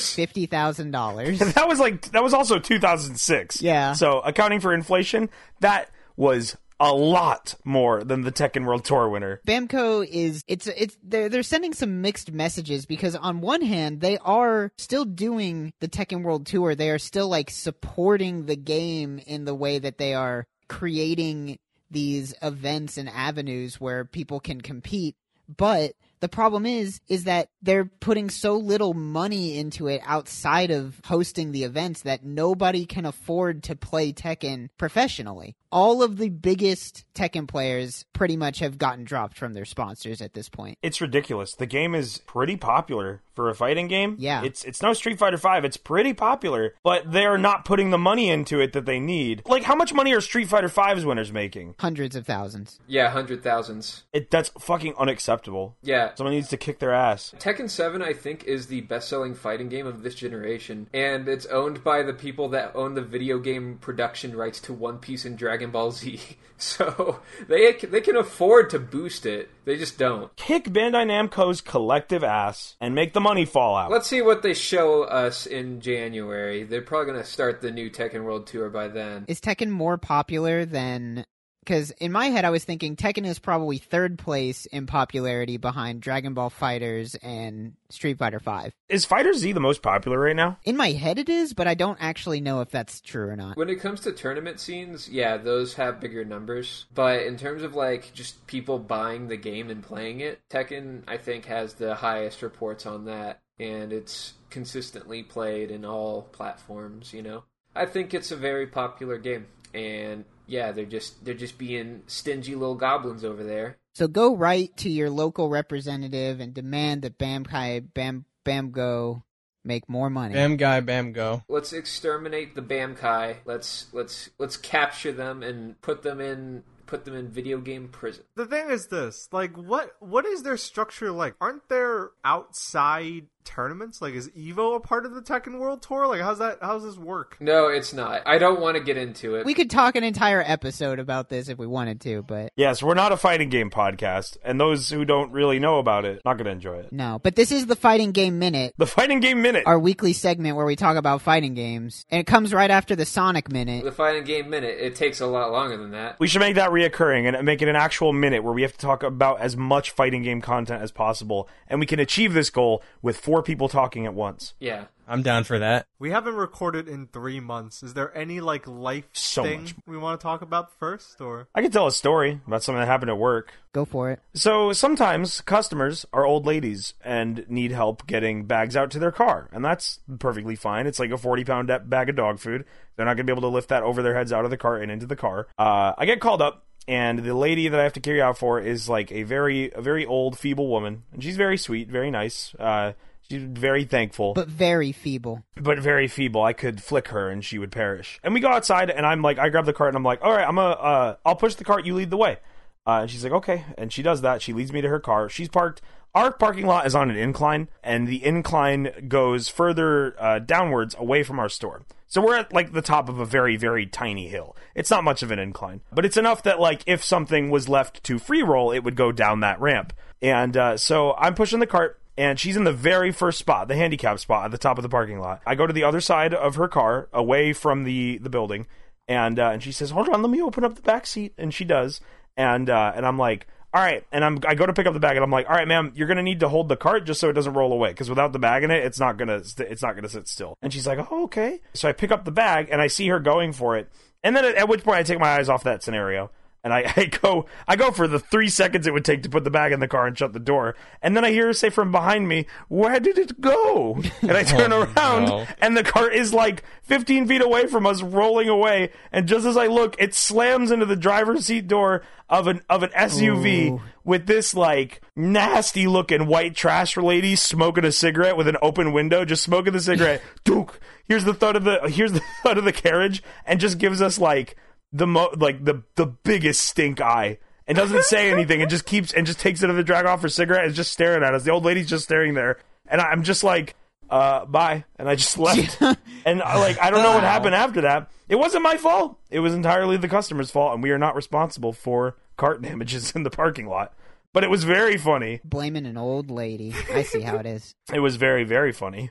B: Fifty thousand dollars.
A: That was like that was also 2006.
B: Yeah.
A: So accounting for inflation, that was a lot more than the Tekken World Tour winner.
B: Bamco is it's it's they're they're sending some mixed messages because on one hand they are still doing the Tekken World Tour. They are still like supporting the game in the way that they are creating these events and avenues where people can compete. But the problem is is that they're putting so little money into it outside of hosting the events that nobody can afford to play Tekken professionally. All of the biggest Tekken players pretty much have gotten dropped from their sponsors at this point.
A: It's ridiculous. The game is pretty popular for a fighting game.
B: Yeah.
A: It's it's no Street Fighter 5. It's pretty popular, but they're not putting the money into it that they need. Like how much money are Street Fighter 5's winners making?
B: Hundreds of thousands.
D: Yeah, hundred thousands.
A: It that's fucking unacceptable.
D: Yeah.
A: Someone needs to kick their ass.
D: Tekken 7, I think, is the best selling fighting game of this generation, and it's owned by the people that own the video game production rights to One Piece and Dragon Ball Z. So they, they can afford to boost it, they just don't.
A: Kick Bandai Namco's collective ass and make the money fall out.
D: Let's see what they show us in January. They're probably going to start the new Tekken World Tour by then.
B: Is Tekken more popular than because in my head I was thinking Tekken is probably third place in popularity behind Dragon Ball Fighters and Street Fighter 5.
A: Is Fighter Z the most popular right now?
B: In my head it is, but I don't actually know if that's true or not.
D: When it comes to tournament scenes, yeah, those have bigger numbers. But in terms of like just people buying the game and playing it, Tekken I think has the highest reports on that and it's consistently played in all platforms, you know. I think it's a very popular game and yeah, they're just they're just being stingy little goblins over there.
B: So go right to your local representative and demand that Bamkai Bam Bamgo make more money.
E: Bam guy, bam go.
D: Let's exterminate the Bamkai. Let's let's let's capture them and put them in put them in video game prison.
C: The thing is this, like what what is their structure like? Aren't there outside tournaments? Like is Evo a part of the Tekken World Tour? Like how's that how's this work?
D: No, it's not. I don't want to get into it.
B: we could talk an entire episode about this if we wanted to, but
A: Yes, we're not a fighting game podcast, and those who don't really know about it not going to enjoy it.
B: no. But this is the fighting game minute.
A: The fighting game minute.
B: Our weekly segment where we talk about fighting games, and it comes right after the Sonic Minute.
D: the fighting game minute, it takes a lot longer than that.
A: we should make that reoccurring and make it an actual minute where we have to talk about as much fighting game content as possible, and we can achieve this goal with four people talking at once.
D: Yeah.
E: I'm down for that.
C: We haven't recorded in three months. Is there any like life
A: So
C: thing
A: much.
C: we want to talk about first or
A: I can tell a story about something that happened at work.
B: Go for it.
A: So sometimes customers are old ladies and need help getting bags out to their car, and that's perfectly fine. It's like a forty-pound bag of dog food. They're not going to be able to lift that over their heads out of the cart and into the car. Uh, I get called up, and the lady that I have to carry out for is like a very, a very old, feeble woman, and she's very sweet, very nice. Uh, she's very thankful
B: But very feeble.
A: but very feeble. I could flick her and she would perish. And we go outside and I'm like, I grab the cart and I'm like, all right, I'm a, uh, I'll push the cart. You lead the way. Uh, and she's like, okay. And she does that. She leads me to her car. She's parked. Our parking lot is on an incline and the incline goes further uh, downwards away from our store. So we're at like the top of a very, very tiny hill. It's not much of an incline, but it's enough that like if something was left to free roll, it would go down that ramp. And uh, so I'm pushing the cart and she's in the very first spot, the handicap spot at the top of the parking lot. I go to the other side of her car, away from the the building, and uh, and she says, "Hold on, let me open up the back seat," and she does, and uh, and I'm like. All right, and I'm I go to pick up the bag, and I'm like, "All right, ma'am, you're gonna need to hold the cart just so it doesn't roll away, because without the bag in it, it's not gonna st- it's not gonna sit still." And she's like, "Oh, okay." So I pick up the bag, and I see her going for it, and then at, at which point I take my eyes off that scenario, And I, I go, I go for the three seconds it would take to put the bag in the car and shut the door. And then I hear her say from behind me, "Where did it go?" And I turn
E: Oh,
A: around,
E: no.
A: and the car is like 15 feet away from us, rolling away. And just as I look, it slams into the driver's seat door of an of an SUV
B: Ooh.
A: with this like nasty looking white trash lady smoking a cigarette with an open window, just smoking the cigarette. Duke, here's the thud of the here's the thud of the carriage, and just gives us like the mo like the the biggest stink eye. And doesn't say anything and just keeps and just takes it of the drag off her cigarette and is just staring at us. The old lady's just staring there. And I, I'm just like, uh, bye. And I just left. and I, like, I don't know what happened after that. It wasn't my fault. It was entirely the customer's fault. And we are not responsible for cart damages in the parking lot. But it was very funny.
B: Blaming an old lady. I see how it is.
A: It was very, very funny.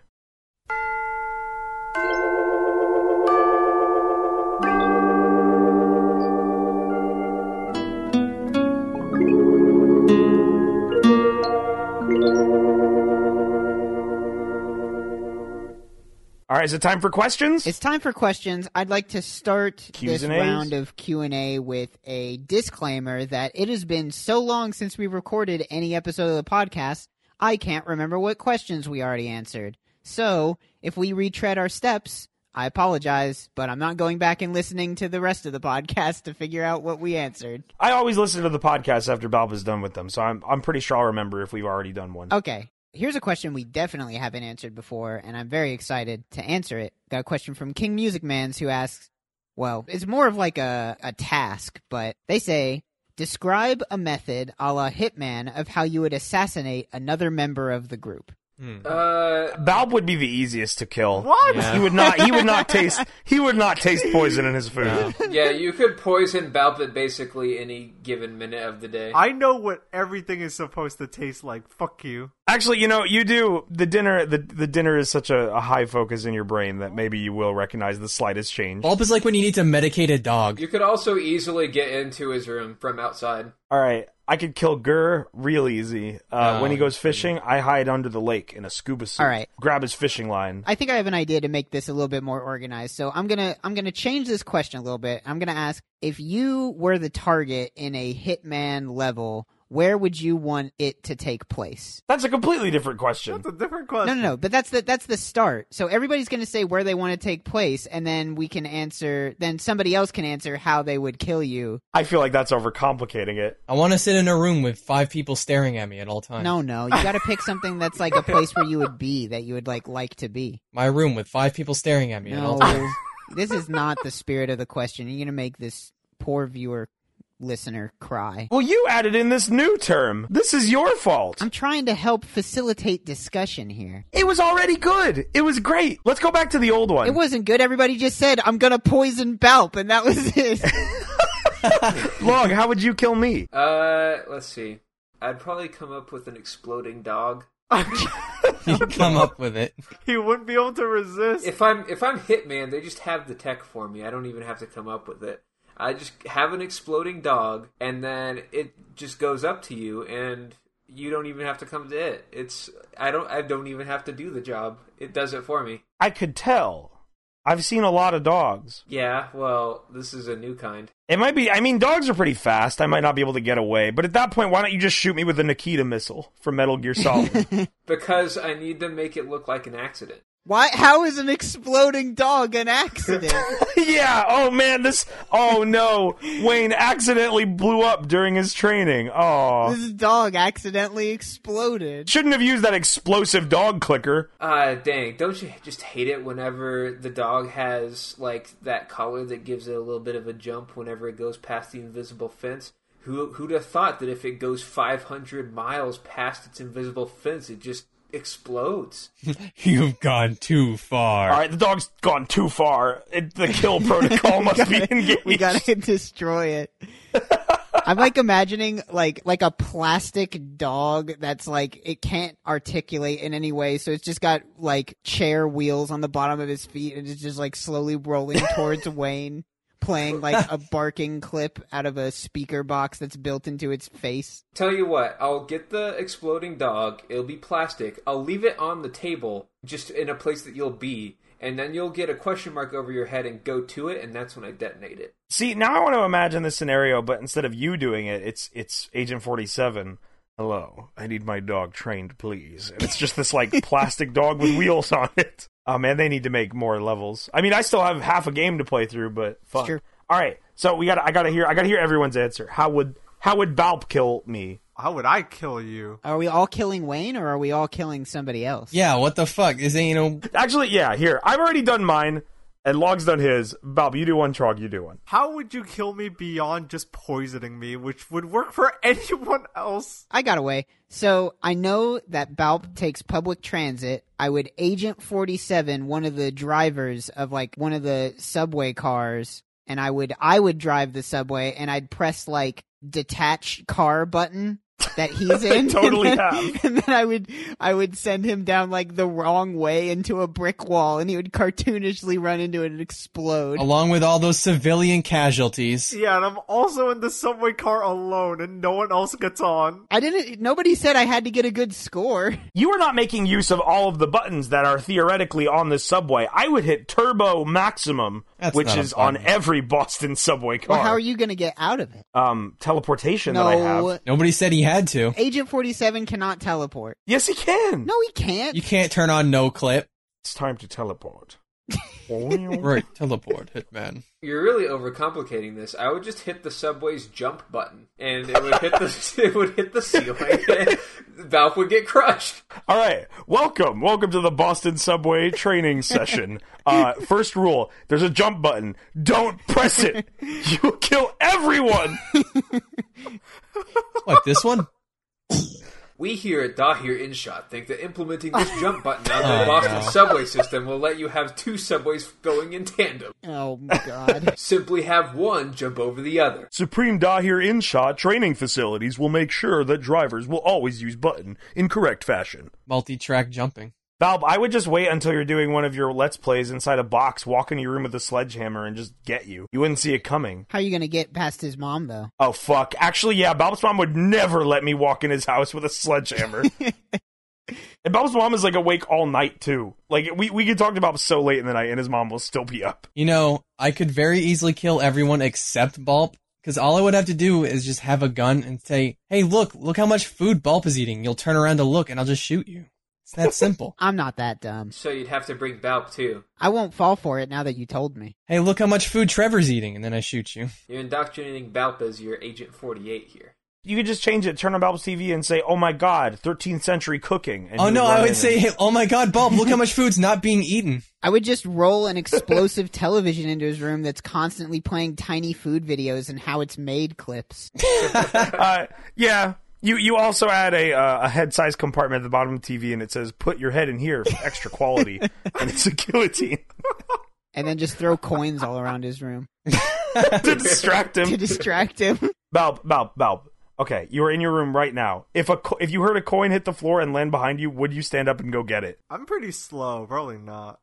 A: All right, is it time for questions?
B: It's time for questions. I'd like to start
A: Q's
B: this
A: and A's.
B: round of Q&A with a disclaimer that it has been so long since we recorded any episode of the podcast, I can't remember what questions we already answered. So, if we retread our steps, I apologize, but I'm not going back and listening to the rest of the podcast to figure out what we answered.
A: I always listen to the podcast after Balba's done with them, so I'm I'm pretty sure I'll remember if we've already done one.
B: Okay. Here's a question we definitely haven't answered before, and I'm very excited to answer it. Got a question from King Music Mans who asks, well, it's more of like a, a task, but they say, describe a method a la Hitman of how you would assassinate another member of the group.
D: Uh,
A: Balb would be the easiest to kill.
C: What?
E: Yeah.
A: He would not. He would not taste. He would not taste poison in his food.
D: yeah, you could poison Balp at basically any given minute of the day.
C: I know what everything is supposed to taste like. Fuck you.
A: Actually, you know, you do the dinner. The the dinner is such a, a high focus in your brain that maybe you will recognize the slightest change.
B: Oh.
E: Bulb is like when you need to medicate a dog.
D: You could also easily get into his room from outside.
A: All right, I could kill Gurr real easy. Uh,
B: Oh,
E: No,
A: when he goes
E: you
A: fishing, I hide under the lake in a scuba suit.
B: All right.
A: grab his fishing line.
B: I think I have an idea to make this a little bit more organized. So I'm gonna I'm gonna change this question a little bit. I'm gonna ask if you were the target in a hitman level, where would you want it to take place?
A: That's a completely different question.
C: That's a different
B: No,
C: question.
B: no, no. But that's the that's the start. So everybody's going to say where they want to take place, and then we can answer. Then somebody else can answer how they would kill you.
A: I feel like that's overcomplicating it.
E: I want to sit in a room with five people staring at me at all times.
B: No, no. You got to pick something that's like a place where you would be that you would like like to be.
E: My room with five people staring at me at all times.
B: No, this is not the spirit of the question. You're going to make this poor viewer listener cry.
A: Well, you added in this new term. This is your fault.
B: I'm trying to help facilitate discussion here.
A: It was already good. It was great. Let's go back to the old one.
B: It wasn't good. Everybody just said, I'm going to poison Balp, and that was it.
A: Long, how would you kill me?
D: Uh, let's see. I'd probably come up with an exploding dog.
E: You come up with it.
C: He wouldn't be able to resist.
D: If I'm if I'm Hitman, they just have the tech for me. I don't even have to come up with it. I just have an exploding dog, and then it just goes up to you, and you don't even have to come to it. It's I don't I don't even have to do the job. It does it for me.
A: I could tell. I've seen a lot of dogs.
D: Yeah, well, this is a new kind.
A: It might be. I mean, dogs are pretty fast. I might not be able to get away. But at that point, why don't you just shoot me with the Nikita missile from Metal Gear Solid?
D: Because I need to make it look like an accident.
B: Why? How is an exploding dog an accident?
A: yeah. Oh man, this. Oh no, Wayne accidentally blew up during his training. Oh,
B: this dog accidentally exploded.
A: shouldn't have used that explosive dog clicker.
D: Ah, dang! Don't you just hate it whenever the dog has like that collar that gives it a little bit of a jump whenever it goes past the invisible fence? Who who'd have thought that if it goes 500 miles past its invisible fence, it just explodes?
E: You've gone too far.
A: All right, the dog's gone too far. It, the kill protocol must be engaged.
B: We gotta destroy it. I'm like imagining like like a plastic dog that's like it can't articulate in any way, so it's just got like chair wheels on the bottom of his feet and it's just like slowly rolling towards Wayne, playing like a barking clip out of a speaker box that's built into its face.
D: Tell you what, I'll get the exploding dog. It'll be plastic. I'll leave it on the table, just in a place that you'll be, and then you'll get a question mark over your head and go to it, and that's when I detonate it.
A: See, now I want to imagine this scenario, but instead of you doing it, it's it's Agent Forty Seven. Hello, I need my dog trained, please. And it's just this like plastic dog with wheels on it. Oh man, they need to make more levels. I mean, I still have half a game to play through, but fuck.
B: true.
A: All right, so we got to I got to hear I got to hear everyone's answer. How would how would Balp kill me?
C: How would I kill you?
B: Are we all killing Wayne or are we all killing somebody else?
E: Yeah, what the fuck? Is it, you know,
A: Actually, yeah, here I've already done mine, and Log's done his. Balp, you do one. Trog, you do one.
C: How would you kill me beyond just poisoning me, which would work for anyone else?
B: I got away. So I know that Balp takes public transit. I would agent 47, one of the drivers of like one of the subway cars, and I would I would drive the subway and I'd press like detach car button that he's in.
A: totally
B: and then,
A: have.
B: And then I would I would send him down like the wrong way into a brick wall and he would cartoonishly run into it and explode.
E: along with all those civilian casualties.
C: Yeah, and I'm also in the subway car alone, and no one else gets on.
B: I didn't nobody said I had to get a good score.
A: you are not making use of all of the buttons that are theoretically on this subway. I would hit turbo maximum,
E: That's
A: which
E: not a
A: is on
E: button.
A: every Boston subway car.
B: Well, how are you going to get out of it?
A: um, teleportation
B: no.
A: that I have.
E: Nobody said he had to.
B: Agent 47 cannot teleport.
A: Yes, he can.
B: No, he can't.
E: You can't turn on no clip.
A: It's time to teleport.
E: Right, teleport, hitman.
D: You're really overcomplicating this. I would just hit the subway's jump button, and it would hit the it would hit the ceiling. and Valve would get crushed.
A: All right, welcome, welcome to the Boston subway training session. Uh, first rule: there's a jump button. Don't press it. You'll kill everyone.
E: What, this one?
D: We here at Dahir InShot think that implementing this jump button on the
E: Oh,
D: Boston
E: no.
D: subway system will let you have two subways going in tandem.
B: Oh, God.
D: Simply have one jump over the other.
A: Supreme Dahir InShot training facilities will make sure that drivers will always use button in correct fashion.
E: Multi track jumping.
A: Valb, I would just wait until you're doing one of your Let's Plays inside a box, walk into your room with a sledgehammer, and just get you. You wouldn't see it coming.
B: How are you going to get past his mom, though?
A: Oh, fuck. Actually, yeah, Balb's mom would never let me walk in his house with a sledgehammer. and Balb's mom is, like, awake all night, too. Like, we, we could talk to Balb so late in the night, and his mom will still be up.
E: You know, I could very easily kill everyone except Bulb, because all I would have to do is just have a gun and say, hey, look, look how much food Bulb is eating. You'll turn around to look and I'll just shoot you. It's that simple.
B: I'm not that dumb.
D: So you'd have to bring Valve too.
B: I won't fall for it now that you told me.
E: hey, look how much food Trevor's eating, and then I shoot you.
D: You're indoctrinating Valp as your Agent 48 here.
A: You could just change it, turn on Balb's TV, and say, oh my god, 13th century cooking. And
E: oh
A: you
E: no,
A: run
E: I
A: in
E: would
A: and-
E: say, oh my god, Bulb, look how much food's not being eaten.
B: I would just roll an explosive television into his room that's constantly playing tiny food videos and how it's made clips.
A: Uh, yeah. You you also add a uh, a head size compartment at the bottom of the TV, and it says "Put your head in here for extra quality," and it's a guillotine
B: And then just throw coins all around his room
A: to distract
B: to
A: him.
B: distract him.
A: Balb, Balb, Balb. Okay, you are in your room right now. If a co- if you heard a coin hit the floor and land behind you, would you stand up and go get it?
C: I'm pretty slow, probably not.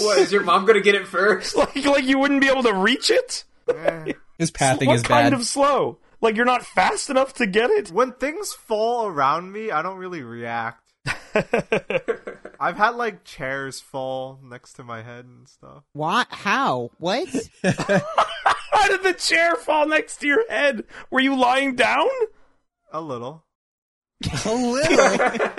D: What, is your mom gonna get it first?
A: Like like you wouldn't be able to reach it.
C: Eh.
E: His pathing
A: what
E: is
A: kind
E: bad.
A: of slow? Like you're not fast enough to get it.
C: when things fall around me, I don't really react. I've had like chairs fall next to my head and stuff.
B: What? How? What?
A: How did the chair fall next to your head? Were you lying down?
C: A little.
E: a little.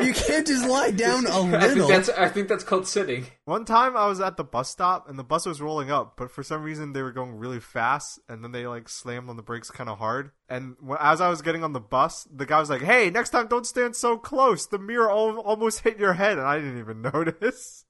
E: You can't just lie down a
D: I think that's I think that's called sitting.
C: One time I was at the bus stop and the bus was rolling up, but for some reason they were going really fast and then they like slammed on the brakes kind of hard. And when, as I was getting on the bus, the guy was like, "Hey, next time don't stand so close. The mirror al- almost hit your head." And I didn't even notice.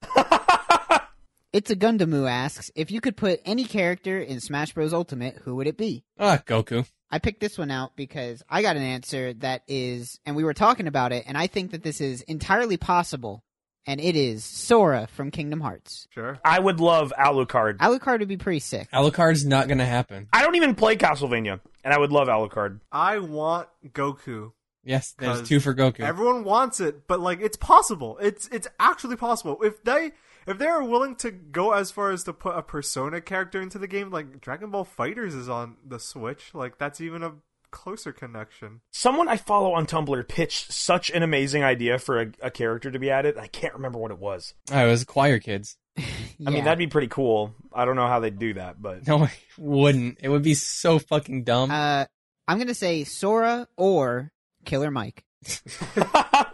B: It's a Gundamu asks if you could put any character in Smash Bros. Ultimate, who would it be?
E: Ah, Goku.
B: I picked this one out because I got an answer that is, and we were talking about it, and I think that this is entirely possible, and it is Sora from Kingdom Hearts.
C: Sure.
A: I would love Alucard.
B: Alucard would be pretty sick.
E: Alucard's not gonna happen.
A: I don't even play Castlevania, and I would love Alucard.
C: I want Goku.
E: Yes, there's
C: 'Cause
E: two for Goku.
C: Everyone wants it, but like it's possible. It's it's actually possible. If they if they are willing to go as far as to put a persona character into the game, like Dragon Ball Fighters is on the Switch, like that's even a closer connection.
A: Someone I follow on Tumblr pitched such an amazing idea for a, a character to be added. I can't remember what it was.
E: I was choir kids.
A: I mean,
B: Yeah.
A: that'd be pretty cool. I don't know how they'd do that, but
E: No, it wouldn't. It would be so fucking dumb.
B: Uh, I'm gonna say Sora or Killer Mike.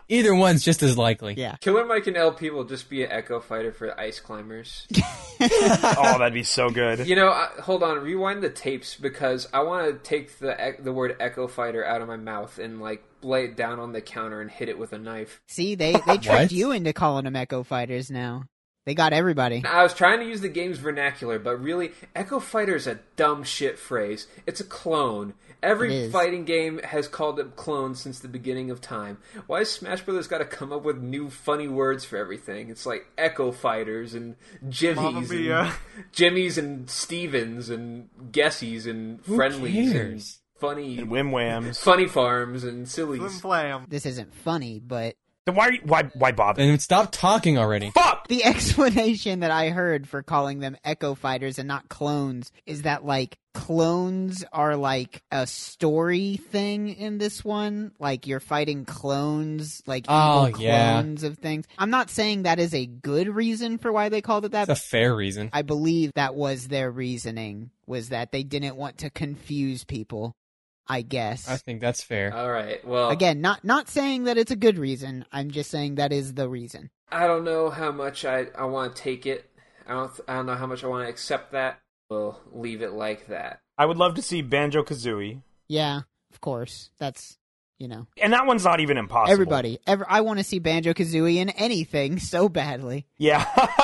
E: Either one's just as likely.
B: Yeah.
D: Killer Mike and LP will just be an echo fighter for ice climbers.
A: oh, that'd be so good.
D: You know, I, hold on, rewind the tapes because I want to take the ec- the word echo fighter out of my mouth and like lay it down on the counter and hit it with a knife.
B: See, they they
E: What?
B: tricked you into calling them Echo Fighters. Now they got everybody.
D: I was trying to use the game's vernacular, but really, Echo Fighter is a dumb shit phrase. It's a clone.
B: It
D: Every
B: is.
D: fighting game has called it clone since the beginning of time. Why has Smash Brothers got to come up with new funny words for everything? It's like Echo Fighters and
C: Mamma
D: Jimmies, and,
C: mia.
D: Jimmies and Stevens and Guessies and Friendlies and
E: cares?
D: funny,
A: And whim whams.
D: funny farms and
C: Flim
D: sillies.
C: flam.
B: This isn't funny, but
A: Then why? Why? Why bother?
E: Then stop talking already.
A: Fuck.
B: the explanation that I heard for calling them Echo Fighters and not clones is that like clones are like a story thing in this one. Like you're fighting clones, like
E: Oh,
B: evil
E: yeah.
B: clones of things. I'm not saying that is a good reason for why they called it that.
E: That's a fair reason.
B: I believe that was their reasoning was that they didn't want to confuse people. I guess.
E: I think that's
B: Uh,
E: fair.
D: All right. Well,
B: Again, not not saying that it's a good reason. I'm just saying that is the reason.
D: I don't know how much I, I want to take it. I don't th- I don't know how much I want to accept that. We'll leave it like that.
A: I would love to see Banjo Kazooie,
B: Yeah, of course. That's you know
A: and that one's not even impossible.
B: everybody. Ever I want to see Banjo Kazooie in anything so badly.
A: Yeah,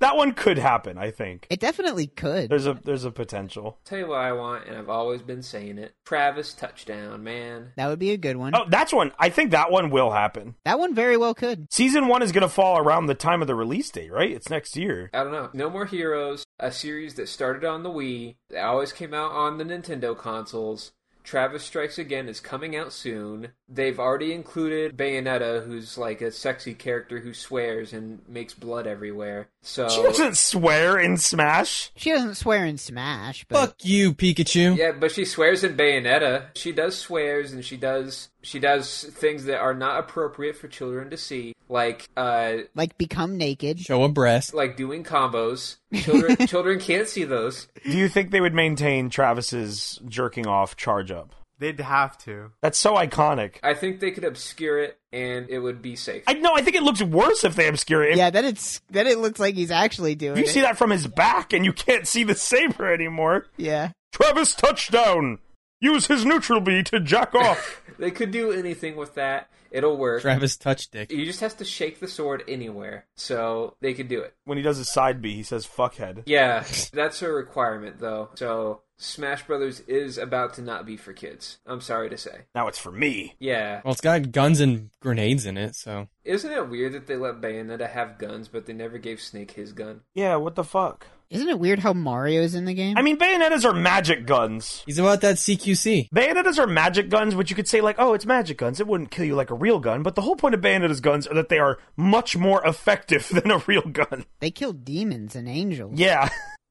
A: that one could happen. I think
B: It definitely could.
A: there's a there's a potential.
D: Tell you what I want, and I've always been saying it. Travis touchdown, man.
B: That would be a good one.
A: Oh, that's one. I think that one will happen.
B: That one very well could.
A: Season one is going to fall around the time of the release date, right? It's next year.
D: I don't know. No More Heroes, a series that started on the Wii, that always came out on the Nintendo consoles. Travis Strikes Again is coming out soon. They've already included Bayonetta, who's like a sexy character who swears and makes blood everywhere. So
A: She doesn't swear in Smash.
B: She doesn't swear in Smash, but
E: Fuck you, Pikachu.
D: Yeah, but she swears in Bayonetta. She does swears and she does she does things that are not appropriate for children to see, like uh
B: like become naked.
E: Show a breast.
D: like doing combos. Children children can't see those.
A: Do you think they would maintain Travis's jerking off charge up?
C: They'd have to.
A: That's so iconic.
D: I think they could obscure it and it would be safe.
A: I no, I think it looks worse if they obscure it. If-
B: Yeah, then it's then it looks like he's actually doing
A: You
B: it.
A: see that from his back, and you can't see the saber anymore.
B: Yeah.
A: Travis touchdown. Use his neutral B to jack off.
D: They could do anything with that. It'll work.
E: Travis touch dick.
D: You just have to shake the sword anywhere. So they could do it.
A: when he does his side B, he says "fuckhead."
D: Yeah, that's a requirement though. So Smash Brothers is about to not be for kids. I'm sorry to say.
A: Now it's for me.
D: Yeah.
E: Well, it's got guns and grenades in it, so
D: Isn't it weird that they let Bayonetta have guns, but they never gave Snake his gun?
A: Yeah, what the fuck?
B: Isn't it weird how Mario's in the game?
A: I mean, bayonetas are magic guns.
E: he's about that CQC.
A: Bayonetas are magic guns, which you could say like, "Oh, it's magic guns. It wouldn't kill you like a real gun." But the whole point of bayoneta's guns are that they are much more effective than a real gun.
B: they kill demons and angels.
A: Yeah.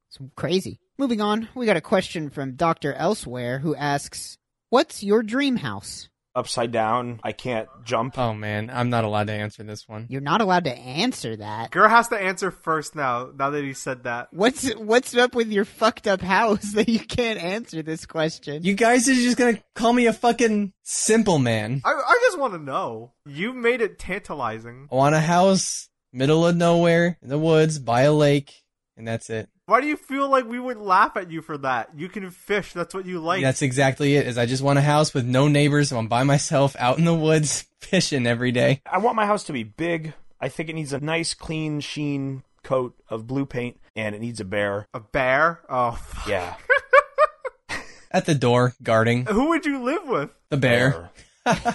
B: It's crazy. Moving on, we got a question from Dr. Elsewhere who asks, What's your dream house?
A: Upside down. I can't jump.
E: Oh man, I'm not allowed to answer this one.
B: You're not allowed to answer that.
C: Gurr has to answer first now, now that he said that.
B: What's what's up with your fucked up house that you can't answer this question?
E: You guys are just gonna call me a fucking simple man.
C: I, I just want to know. You made it tantalizing.
E: I want a house, middle of nowhere, in the woods, by a lake, and that's it.
C: Why do you feel like we would laugh at you for that? You can fish. That's what you like.
E: that's exactly it. Is I just want a house with no neighbors. I'm by myself out in the woods fishing every day.
A: I want my house to be big. I think it needs a nice, clean sheen coat of blue paint, and it needs a bear.
C: A bear? Oh, fuck.
A: Yeah.
E: At the door, guarding
C: Who would you live with?
E: the bear.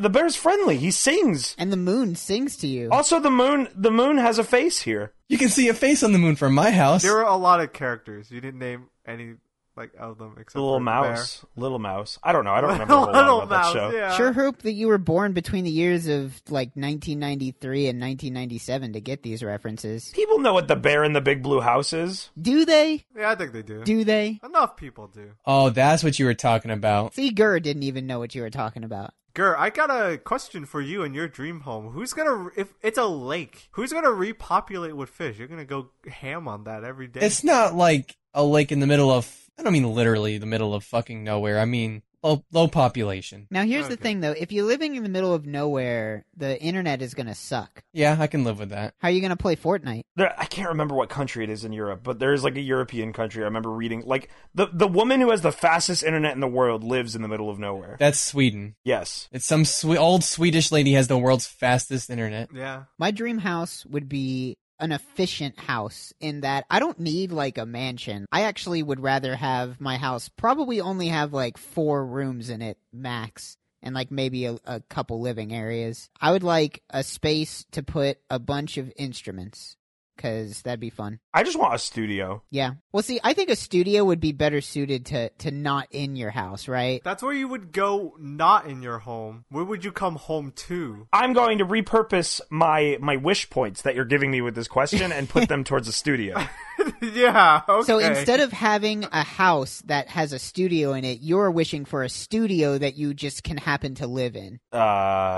A: the bear's friendly. He sings.
B: And the moon sings to you.
C: Oh,
A: Also, the moon. The moon has a face here.
E: You can see a face on the moon from my house.
C: There were a lot of characters. You didn't name any like of them except
A: The little
C: for the
A: mouse. Little mouse. I don't know. I don't
C: bear.
A: remember a whole lot
C: little
A: about
C: mouse.
A: that show.
C: Yeah.
B: Sure hope that you were born between the years of like 1993 and 1997 to get these references.
A: People know what the bear in the big blue house is.
B: Do they?
C: Yeah, I think they do.
B: Do they?
C: Enough people do.
E: Oh, that's what you were talking about.
B: See, Gurr didn't even know what you were talking about.
C: Gur, I got a question for you and your dream home. Who's gonna if it's a lake? Who's gonna repopulate with fish? You're gonna go ham on that every day.
E: It's not like a lake in the middle of. I don't mean literally the middle of fucking nowhere. I mean low, low population.
B: Now here's the
C: Okay.
B: thing though, if you're living in the middle of nowhere, the internet is gonna suck.
E: Yeah, I can live with that.
B: How are you gonna play Fortnite?
A: there, I can't remember what country it is in Europe, but there is like a European country. I remember reading like the the woman who has the fastest internet in the world lives in the middle of nowhere.
E: That's Sweden.
A: yes,
E: It's some swe- old Swedish lady has the world's fastest internet.
C: yeah.
B: My dream house would be an efficient house in that I don't need like a mansion. I actually would rather have my house probably only have like four rooms in it max and like maybe a, a couple living areas. I would like a space to put a bunch of instruments cuz that'd be fun.
A: I just want a studio.
B: Yeah. Well, see, I think a studio would be better suited to to not in your house, right?
C: That's where you would go not in your home. Where would you come home to?
A: I'm going to repurpose my my wish points that you're giving me with this question and put them towards a studio.
C: yeah. Okay.
B: So instead of having a house that has a studio in it, you're wishing for a studio that you just can happen to live in.
A: Uh,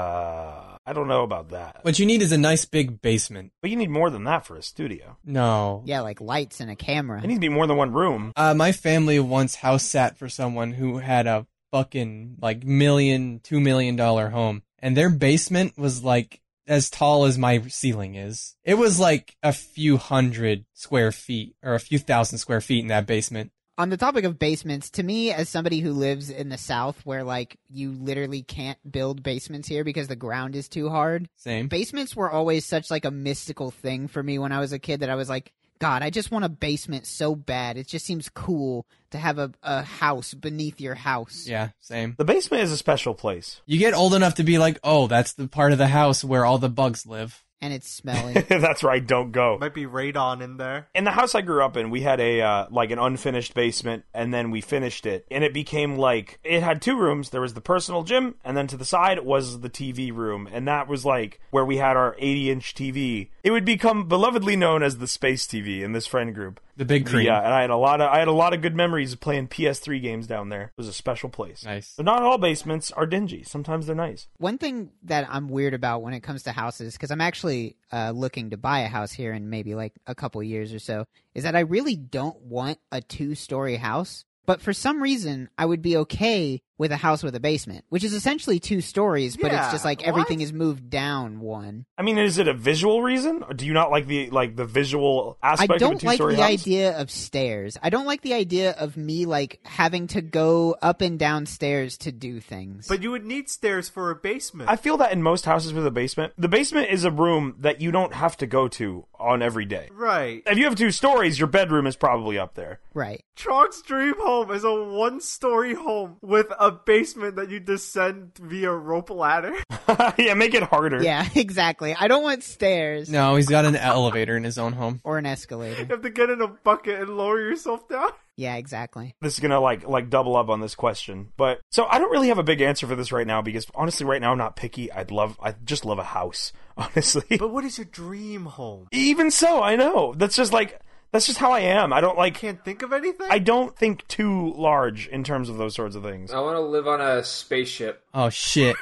A: I don't know about that,
E: What you need is a nice big basement.
A: but you need more than that for a studio.
E: No.
B: Yeah, like lights and a camera.
A: It needs to be more than one room.
E: Uh, my family once house sat for someone who had a fucking like million, two million dollar home, and their basement was like as tall as my ceiling is. It was like a few hundred square feet or a few thousand square feet in that basement.
B: On the topic of basements, to me as somebody who lives in the south where like you literally can't build basements here because the ground is too hard,
E: Same.
B: basements were always such like a mystical thing for me when I was a kid that I was like, God, I just want a basement so bad. It just seems cool to have a, a house beneath your house.
E: yeah, same.
A: The basement is a special place.
E: You get old enough to be like, oh, that's the part of the house where all the bugs live.
B: And it's smelly.
A: That's where I don't go.
C: might be radon in there.
A: in the house I grew up in, we had a uh, like an unfinished basement, and then we finished it, and it became like it had two rooms. There was the personal gym, and then to the side was the TV room, and that was like where we had our 80 inch TV. It would become belovedly known as the space TV in this friend group.
E: The big cream.
A: Yeah, and I had a lot of I had a lot of good memories of playing PS3 games down there. It was a special place.
E: Nice.
A: So not all basements are dingy. Sometimes they're nice.
B: One thing that I'm weird about when it comes to houses, because I'm actually uh, looking to buy a house here in maybe like a couple years or so, is that I really don't want a two story house. But for some reason, I would be okay with a house with a basement, which is essentially two stories, but it's
C: Yeah,
B: just like
C: what?
B: everything is moved down one.
A: I mean, is it a visual reason? Or do you not like the like the visual
B: I
A: aspect of a
B: don't
A: two
B: like
A: story
B: the
A: house?
B: idea of stairs. I don't like the idea of me like having to go up and down stairs to do things.
C: But you would need stairs for a basement.
A: I feel that in most houses with a basement, the basement is a room that you don't have to go to on every day.
C: right.
A: If you have two stories, your bedroom is probably up there.
B: right.
C: Trog's dream home is a one-story home with a basement that you descend via rope ladder.
A: yeah, make it harder.
B: Yeah, exactly. I don't want stairs
E: No, he's got an elevator in his own home.
B: or an escalator.
C: You have to get in a bucket and lower yourself down.
B: Yeah, exactly.
A: This is gonna like like double up on this question, but so I don't really have a big answer for this right now because honestly, right now I'm not picky. I'd love, I just love a house, honestly.
C: But what is your dream home?
A: Even so, I know that's just like that's just how I am. I don't like.
C: Can't think of anything?
A: I don't think too large in terms of those sorts of things.
D: I want to live on a spaceship.
E: Oh shit.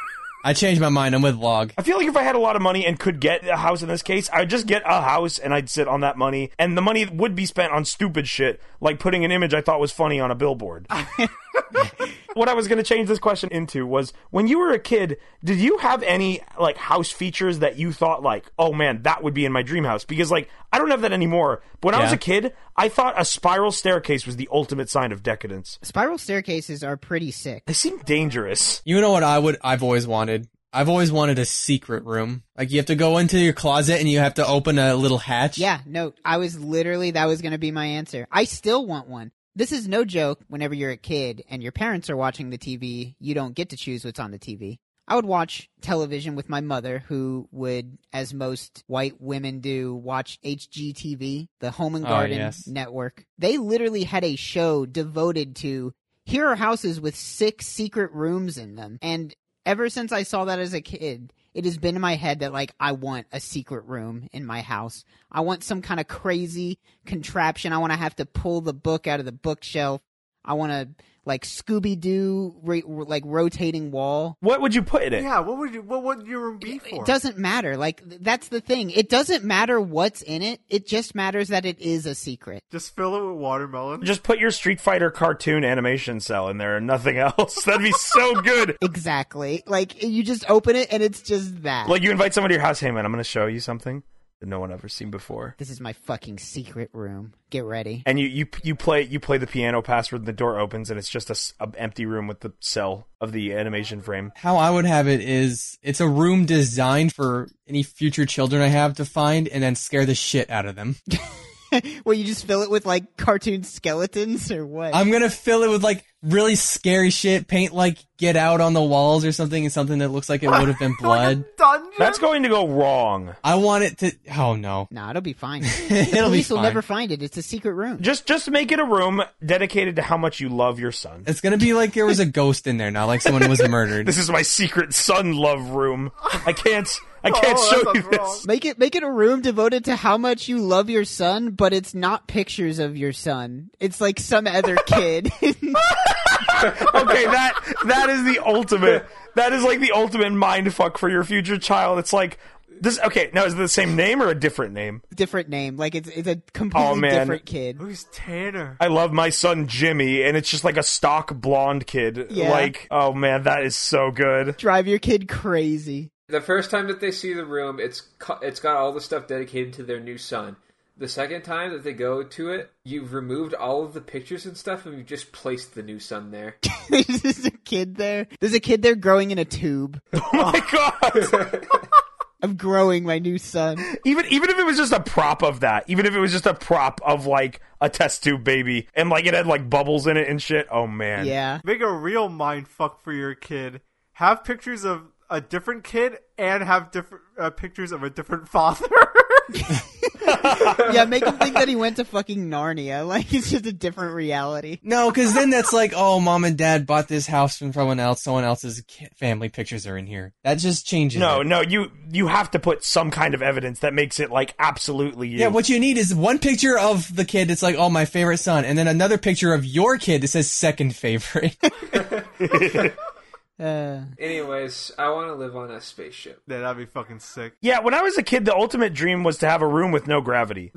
E: I changed my mind. I'm with Log.
A: I feel like if I had a lot of money and could get a house in this case, I'd just get a house and I'd sit on that money, and the money would be spent on stupid shit, like putting an image I thought was funny on a billboard. what I was going to change this question into was when you were a kid, did you have any like house features that you thought like, "Oh man, that would be in my dream house?" Because like I don't have that anymore. But when I was
E: Yeah.
A: a kid, I thought a spiral staircase was the ultimate sign of decadence.
B: Spiral staircases are pretty sick.
A: They seem dangerous.
E: You know what I would I've always wanted? I've always wanted a secret room. Like you have to go into your closet and you have to open a little hatch.
B: Yeah, no, I was literally, that was going to be my answer. I still want one. This is no joke. Whenever you're a kid and your parents are watching the TV, you don't get to choose what's on the TV. I would watch television with my mother, who would, as most white women do, watch HGTV, the Home and
E: Oh,
B: Garden
E: yes.
B: Network. They literally had a show devoted to here are houses with six secret rooms in them. And ever since I saw that as a kid, it has been in my head that like I want a secret room in my house. I want some kind of crazy contraption. I want to have to pull the book out of the bookshelf. I want to like Scooby Doo re- like rotating wall.
A: What would you put in it?
C: Yeah, what would you what would your room be for?
B: It doesn't matter. Like th- that's the thing. It doesn't matter what's in it. It just matters that it is a secret.
C: Just fill it with watermelon.
A: Just put your Street Fighter cartoon animation cell in there and nothing else. That'd be so good.
B: Exactly. Like you just open it and it's just that.
A: Like you invite someone to your house, hey man, I'm gonna show you something that no one ever seen before.
B: this is my fucking secret room. Get ready.
A: And you you you play you play the piano password, and the door opens, and it's just a, s- a empty room with the cell of the animation frame.
E: how I would have it is it's a room designed for any future children I have to find and then scare the shit out of them.
B: well, you just fill it with like cartoon skeletons or what?
E: I'm gonna fill it with like really scary shit, paint like get out on the walls or something and something that looks like it would have been blood.
C: Dungeon.
A: That's going to go wrong.
E: I want it to oh no.
B: nah, it'll be fine. the
E: It'll be
B: police
E: fine.
B: will never find it. It's a secret room.
A: Just just make it a room dedicated to how much you love your son.
E: It's gonna be like there was a ghost in there, not like someone was murdered.
A: This is my secret son love room. I can't I can't
C: Oh, that
A: show you
C: sounds
A: this.
C: wrong.
B: Make it make it a room devoted to how much you love your son, but it's not pictures of your son. It's like some other kid.
A: okay, that that is the ultimate. That is like the ultimate mind fuck for your future child. It's like this. Okay, now is it the same name or a different name?
B: different name. Like it's it's a completely
A: Oh, man.
B: different kid.
C: Who's Tanner?
A: I love my son Jimmy, and it's just like a stock blonde kid.
B: Yeah.
A: Like, oh man, that is so good.
B: Drive your kid crazy.
D: The first time that they see the room, it's cu- it's got all the stuff dedicated to their new son. The second time that they go to it, you've removed all of the pictures and stuff, and you've just placed the new son there.
B: There's a kid there. There's a kid there growing in a tube.
A: Oh my god!
B: I'm growing my new son.
A: even even if it was just a prop of that, even if it was just a prop of like a test tube baby, and like it had like bubbles in it and shit. Oh man,
B: Yeah.
C: Make a real mind fuck for your kid. Have pictures of a different kid and have different uh, pictures of a different father.
B: Yeah, make him think that he went to fucking Narnia. Like it's just a different reality.
E: No, because then that's like, oh, mom and dad bought this house from someone else. Someone else's ki- family pictures are in here. That just changes.
A: No,
E: it.
A: no, you you have to put some kind of evidence that makes it like absolutely you.
E: Yeah, what you need is one picture of the kid that's like, oh, my favorite son, and then another picture of your kid that says second favorite.
B: Uh,
D: Anyways, I want to live on a spaceship.
C: yeah, that'd be fucking sick.
A: Yeah, when I was a kid, the ultimate dream was to have a room with no gravity.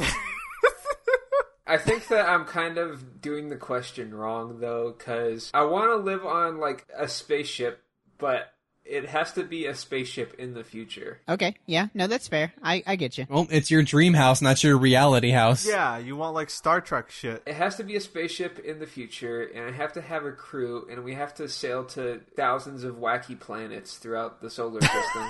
D: I think that I'm kind of doing the question wrong though, because I want to live on like a spaceship, but it has to be a spaceship in the future.
B: okay. Yeah. No, that's fair. I I get you.
E: well, it's your dream house, not your reality house.
C: Yeah, you want like Star Trek shit.
D: It has to be a spaceship in the future, and I have to have a crew, and we have to sail to thousands of wacky planets throughout the solar system.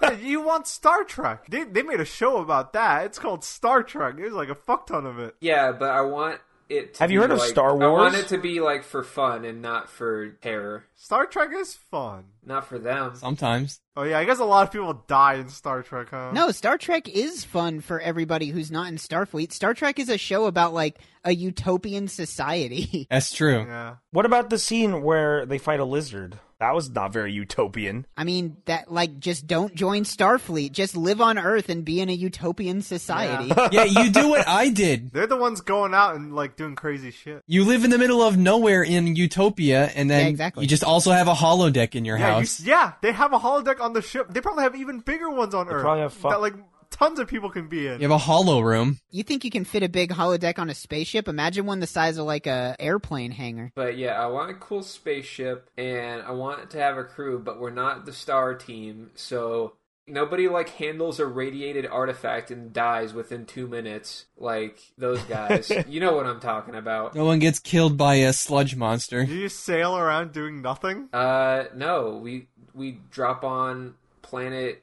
C: Yeah, you want Star Trek. They, they made a show about that. It's called Star Trek. There's like a fuck ton of it.
D: Yeah, but I want it. To
A: Have you
D: be
A: heard of
D: like-
A: Star
D: I
A: Wars?
D: want it to be like for fun and not for terror,
C: Star Trek is fun.
D: not for them.
E: Sometimes.
C: Oh yeah, I guess a lot of people die in Star Trek, huh?
B: No, Star Trek is fun for everybody who's not in Starfleet. Star Trek is a show about like a utopian society.
E: That's true.
C: Yeah.
A: What about the scene where they fight a lizard? That was not very utopian.
B: I mean, that like just don't join Starfleet. Just live on Earth and be in a utopian society.
E: yeah, you do what I did.
C: They're the ones going out and like doing crazy shit.
E: You live in the middle of nowhere in Utopia, and then
B: Yeah, exactly.
E: you just also have a holodeck in your
C: Yeah, you,
E: house.
C: yeah, they have a holodeck on the ship. They probably have even bigger ones on Earth.
A: probably have fu-
C: that like tons of people can be in.
E: You have a hollow room.
B: You think you can fit a big holodeck on a spaceship? Imagine one the size of like a airplane hangar.
D: But yeah, I want a cool spaceship, and I want to have a crew, but we're not the star team, so nobody like handles a radiated artifact and dies within two minutes, like those guys. you know what I'm talking about.
E: No one gets killed by a sludge monster.
C: You just sail around doing nothing.
D: Uh, no, we we drop on planet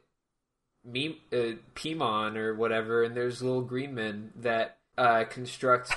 D: Meme, uh, Pimon or whatever, and there's little green men that uh, construct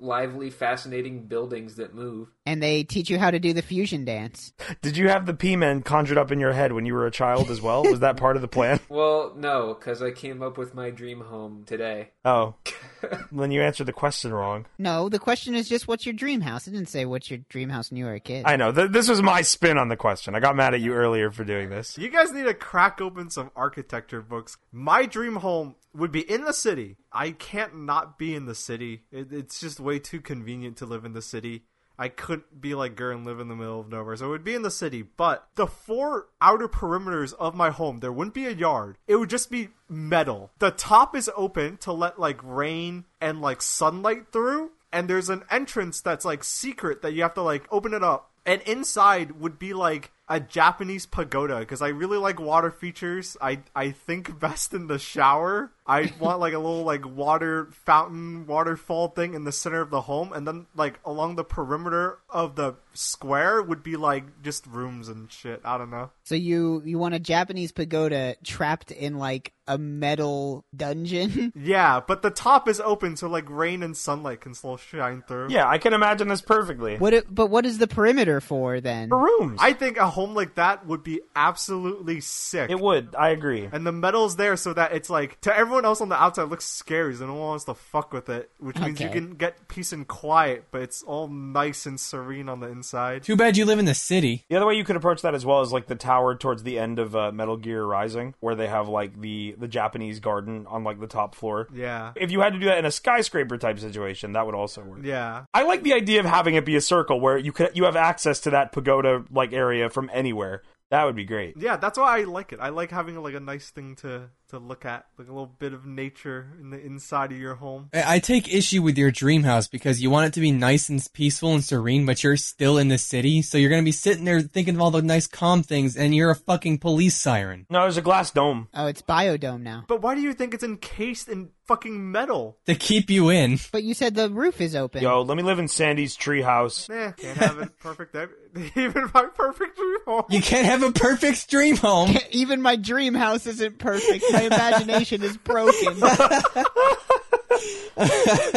D: lively, fascinating buildings that move.
B: And they teach you how to do the fusion dance.
A: Did you have the P Men conjured up in your head when you were a child as well? Was that part of the plan?
D: Well, no, because I came up with my dream home today.
A: Oh. then you answered the question wrong.
B: No, the question is just what's your dream house? It didn't say what's your dream house when you were a kid.
A: I know. Th- this was my spin on the question. I got mad at you earlier for doing this.
C: You guys need to crack open some architecture books. My dream home would be in the city. I can't not be in the city. It, it's just way too convenient to live in the city. I couldn't be like Gurr and live in the middle of nowhere. So it would be in the city, but the four outer perimeters of my home, there wouldn't be a yard. It would just be metal. The top is open to let like rain and like sunlight through, and there's an entrance that's like secret that you have to like open it up. And inside would be like a Japanese pagoda because I really like water features. I I think best in the shower. I want like a little like water fountain waterfall thing in the center of the home, and then like along the perimeter of the square would be like just rooms and shit. I don't know.
B: So you you want a Japanese pagoda trapped in like a metal dungeon?
C: Yeah, but the top is open, so like rain and sunlight can still shine through.
A: Yeah, I can imagine this perfectly.
B: what? It, but what is the perimeter for then?
A: For rooms.
C: I think a home like that would be absolutely sick.
A: it would. I agree.
C: And the metal's there so that it's like to everyone else on the outside it looks scary, so no one wants to fuck with it. Which means you
B: Okay.
C: can get peace and quiet, but it's all nice and serene on the inside.
E: Too bad you live in the city.
A: The other way you could approach that as well is like the tower towards the end of uh, Metal Gear Rising, where they have like the the Japanese garden on like the top floor.
C: Yeah.
A: If you had to do that in a skyscraper type situation, that would also work.
C: Yeah.
A: I like the idea of having it be a circle where you could you have access to that pagoda like area from anywhere. That would be great.
C: Yeah, that's why I like it. I like having like a nice thing to to look at, like a little bit of nature in the inside of your home.
E: I I take issue with your dream house because you want it to be nice and peaceful and serene, but you're still in the city, so you're gonna be sitting there thinking of all the nice calm things, and you're a fucking police siren.
A: No, there's a glass dome.
B: Oh, it's biodome now.
C: But why do you think it's encased in fucking metal?
E: To keep you in.
B: But you said the roof is open.
A: Yo, let me live in Sandy's treehouse.
C: Eh, can't have it perfect. ev- Even my perfect dream home.
E: You can't have a perfect dream home.
B: Even my dream house isn't perfect. My imagination is broken.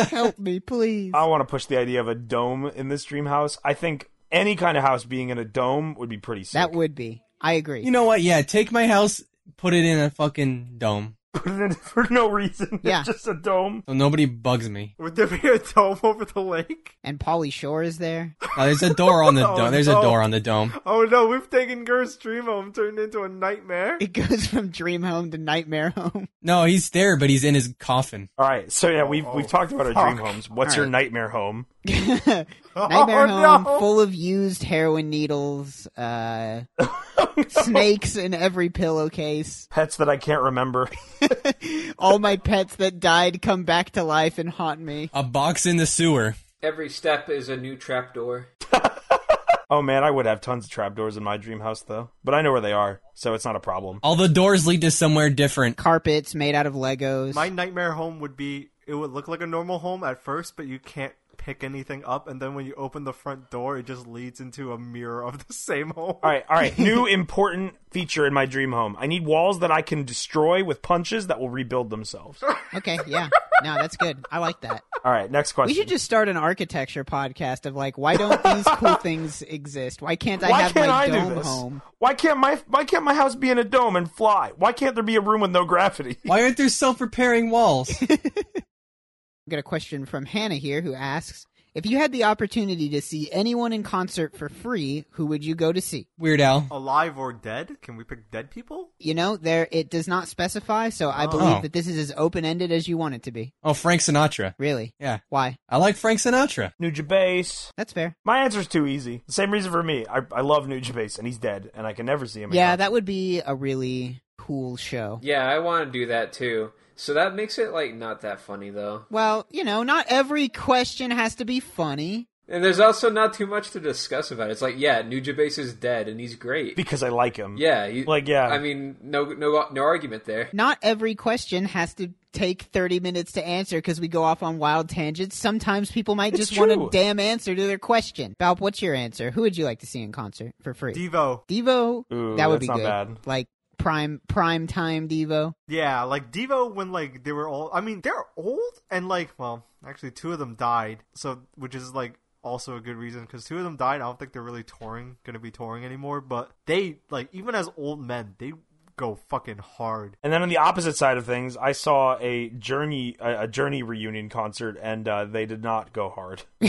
B: Help me, please.
A: I want to push the idea of a dome in this dream house. I think any kind of house being in a dome would be pretty sick.
B: That would be. I agree.
E: You know what? Yeah, take my house, put it in a fucking dome,
A: Put it in for no reason.
B: Yeah.
A: It's just a dome.
E: so nobody bugs me.
C: Would there be a dome over the lake?
B: and Polly Shore is there.
E: Oh, there's a door on the
C: Oh,
E: dome. There's
C: no.
E: a door on the dome.
C: Oh no, we've taken Gur's dream home turned into a nightmare.
B: It goes from dream home to nightmare home.
E: No, he's there, but he's in his coffin.
A: All right. So yeah, we've
C: Oh,
A: we've talked about our
C: fuck.
A: dream homes. What's
B: All
A: your
B: right.
A: nightmare home?
B: nightmare
C: oh,
B: home
C: no.
B: full of used heroin needles, uh, snakes in every pillowcase.
A: Pets that I can't remember.
B: All my pets that died come back to life and haunt me.
E: A box in the sewer.
D: Every step is a new trapdoor.
A: Oh man, I would have tons of trapdoors in my dream house though. But I know where they are, so it's not a problem.
E: All the doors lead to somewhere different.
B: Carpets made out of Legos.
C: My nightmare home would be it would look like a normal home at first, but you can't pick anything up, and then when you open the front door, it just leads into a mirror of the same home.
A: All right, all right. New important feature in my dream home. I need walls that I can destroy with punches that will rebuild themselves.
B: Okay, yeah. No, that's good. I like that.
A: All right, next
B: We
A: question.
B: should just start an architecture podcast of like, why don't these cool things exist? Why can't I
A: why
B: have
A: can't
B: my
A: I
B: dome
A: do this?
B: home?
A: Why can't my why can't my house be in a dome and fly? Why can't there be a room with no gravity?
E: Why aren't there self-repairing walls?
B: I got a question from Hannah here who asks If you had the opportunity to see anyone in concert for free, who would you go to see?
E: Weird Al.
C: Alive or dead? Can we pick dead people?
B: You know, there it does not specify, so I
C: Oh.
B: believe that this is as open ended as you want it to be.
E: Oh, Frank Sinatra.
B: Really?
E: Yeah,
B: Why?
E: I like Frank Sinatra.
A: New Jabase.
B: That's fair.
A: My answer's too easy. Same reason for me. I, I love New Jabase, and he's dead, and I can never see him. in
B: Yeah,
A: concert.
B: that would be a really cool show.
D: Yeah, I want to do that too. So that makes it like not that funny though.
B: Well, you know, not every question has to be funny.
D: And there's also not too much to discuss about it. It's like, yeah, Nujabase is dead and he's great.
A: because I like him.
D: yeah, you,
A: Like, yeah.
D: I mean, no, no, no argument there.
B: Not every question has to take 30 minutes to answer because we go off on wild tangents. Sometimes people might
A: It's
B: just want a
A: true.
B: damn answer to their question. Balp, what's your answer? Who would you like to see in concert for free?
C: Devo.
B: Devo,
A: Ooh,
B: that
A: that's
B: would be
A: not
B: good.
A: bad.
B: Like prime prime time Devo.
C: Yeah, like Devo when like they were all I mean, they're old and like well, actually two of them died. So which is like also a good reason cuz two of them died. I don't think they're really touring, going to be touring anymore, but they like even as old men, they go fucking hard.
A: And then on the opposite side of things, I saw a Journey a, a Journey reunion concert, and uh, they did not go hard.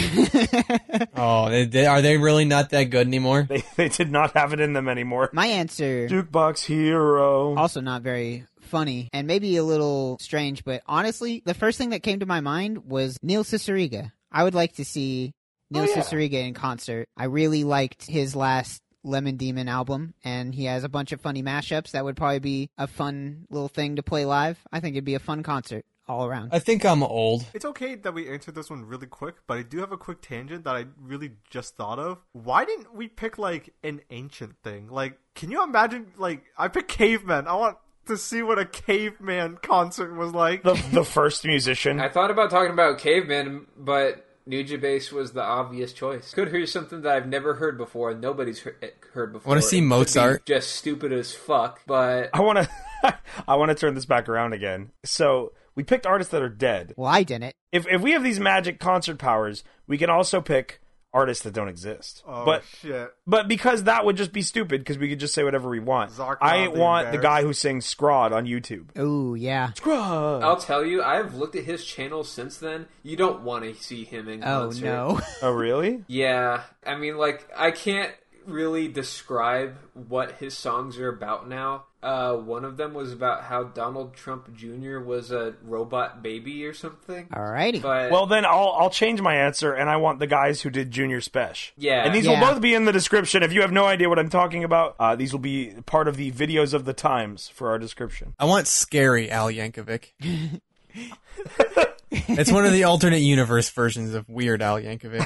E: Oh, they, they, are they really not that good anymore?
A: They they did not have it in them anymore.
B: My answer
A: Jukebox hero.
B: also not very funny and maybe a little strange, but honestly, the first thing that came to my mind was Neil Ciceriga. I would like to see Neil
D: Oh, yeah.
B: Cicerega in concert. I really liked his last Lemon Demon album, and he has a bunch of funny mashups. That would probably be a fun little thing to play live. I think it'd be a fun concert all around.
E: I think I'm old.
C: It's okay that we answered this one really quick, but I do have a quick tangent that I really just thought of. Why didn't we pick like an ancient thing? Like, can you imagine? Like, I picked cavemen. I want to see what a caveman concert was like.
A: The the first musician.
D: I thought about talking about cavemen, but Nuja Bass was the obvious choice. Could hear something that I've never heard before and nobody's heard, heard before.
E: Wanna see
D: It could be
E: Mozart?
D: Just stupid as fuck, but
A: I want to I want to turn this back around again. So we picked artists that are dead.
B: Well, I didn't.
A: If if we have these magic concert powers, we can also pick artists that don't exist.
C: oh
A: but
C: shit!
A: but because that would just be stupid because we could just say whatever we want.
C: Zarkon
A: I
C: the
A: want the
C: Embarrassed.
A: guy who sings Scrod on YouTube.
B: Oh yeah.
A: Scrod.
D: I'll tell you, I've looked at his channel since then. You don't want to see him in
B: Oh
D: concert.
B: no.
A: Oh really?
D: Yeah, I mean, like, I can't really describe what his songs are about now. Uh, one of them was about how Donald Trump Jr. was a robot baby or something.
B: Alrighty.
D: But um,
A: Well then I'll I'll change my answer and I want the guys who did Junior Spesh.
D: Yeah.
A: And these
B: Yeah.
A: will both be in the description. If you have no idea what I'm talking about, uh, these will be part of the videos of the times for our description.
E: I want scary Al Yankovic. it's one of the alternate universe versions of weird Al Yankovic.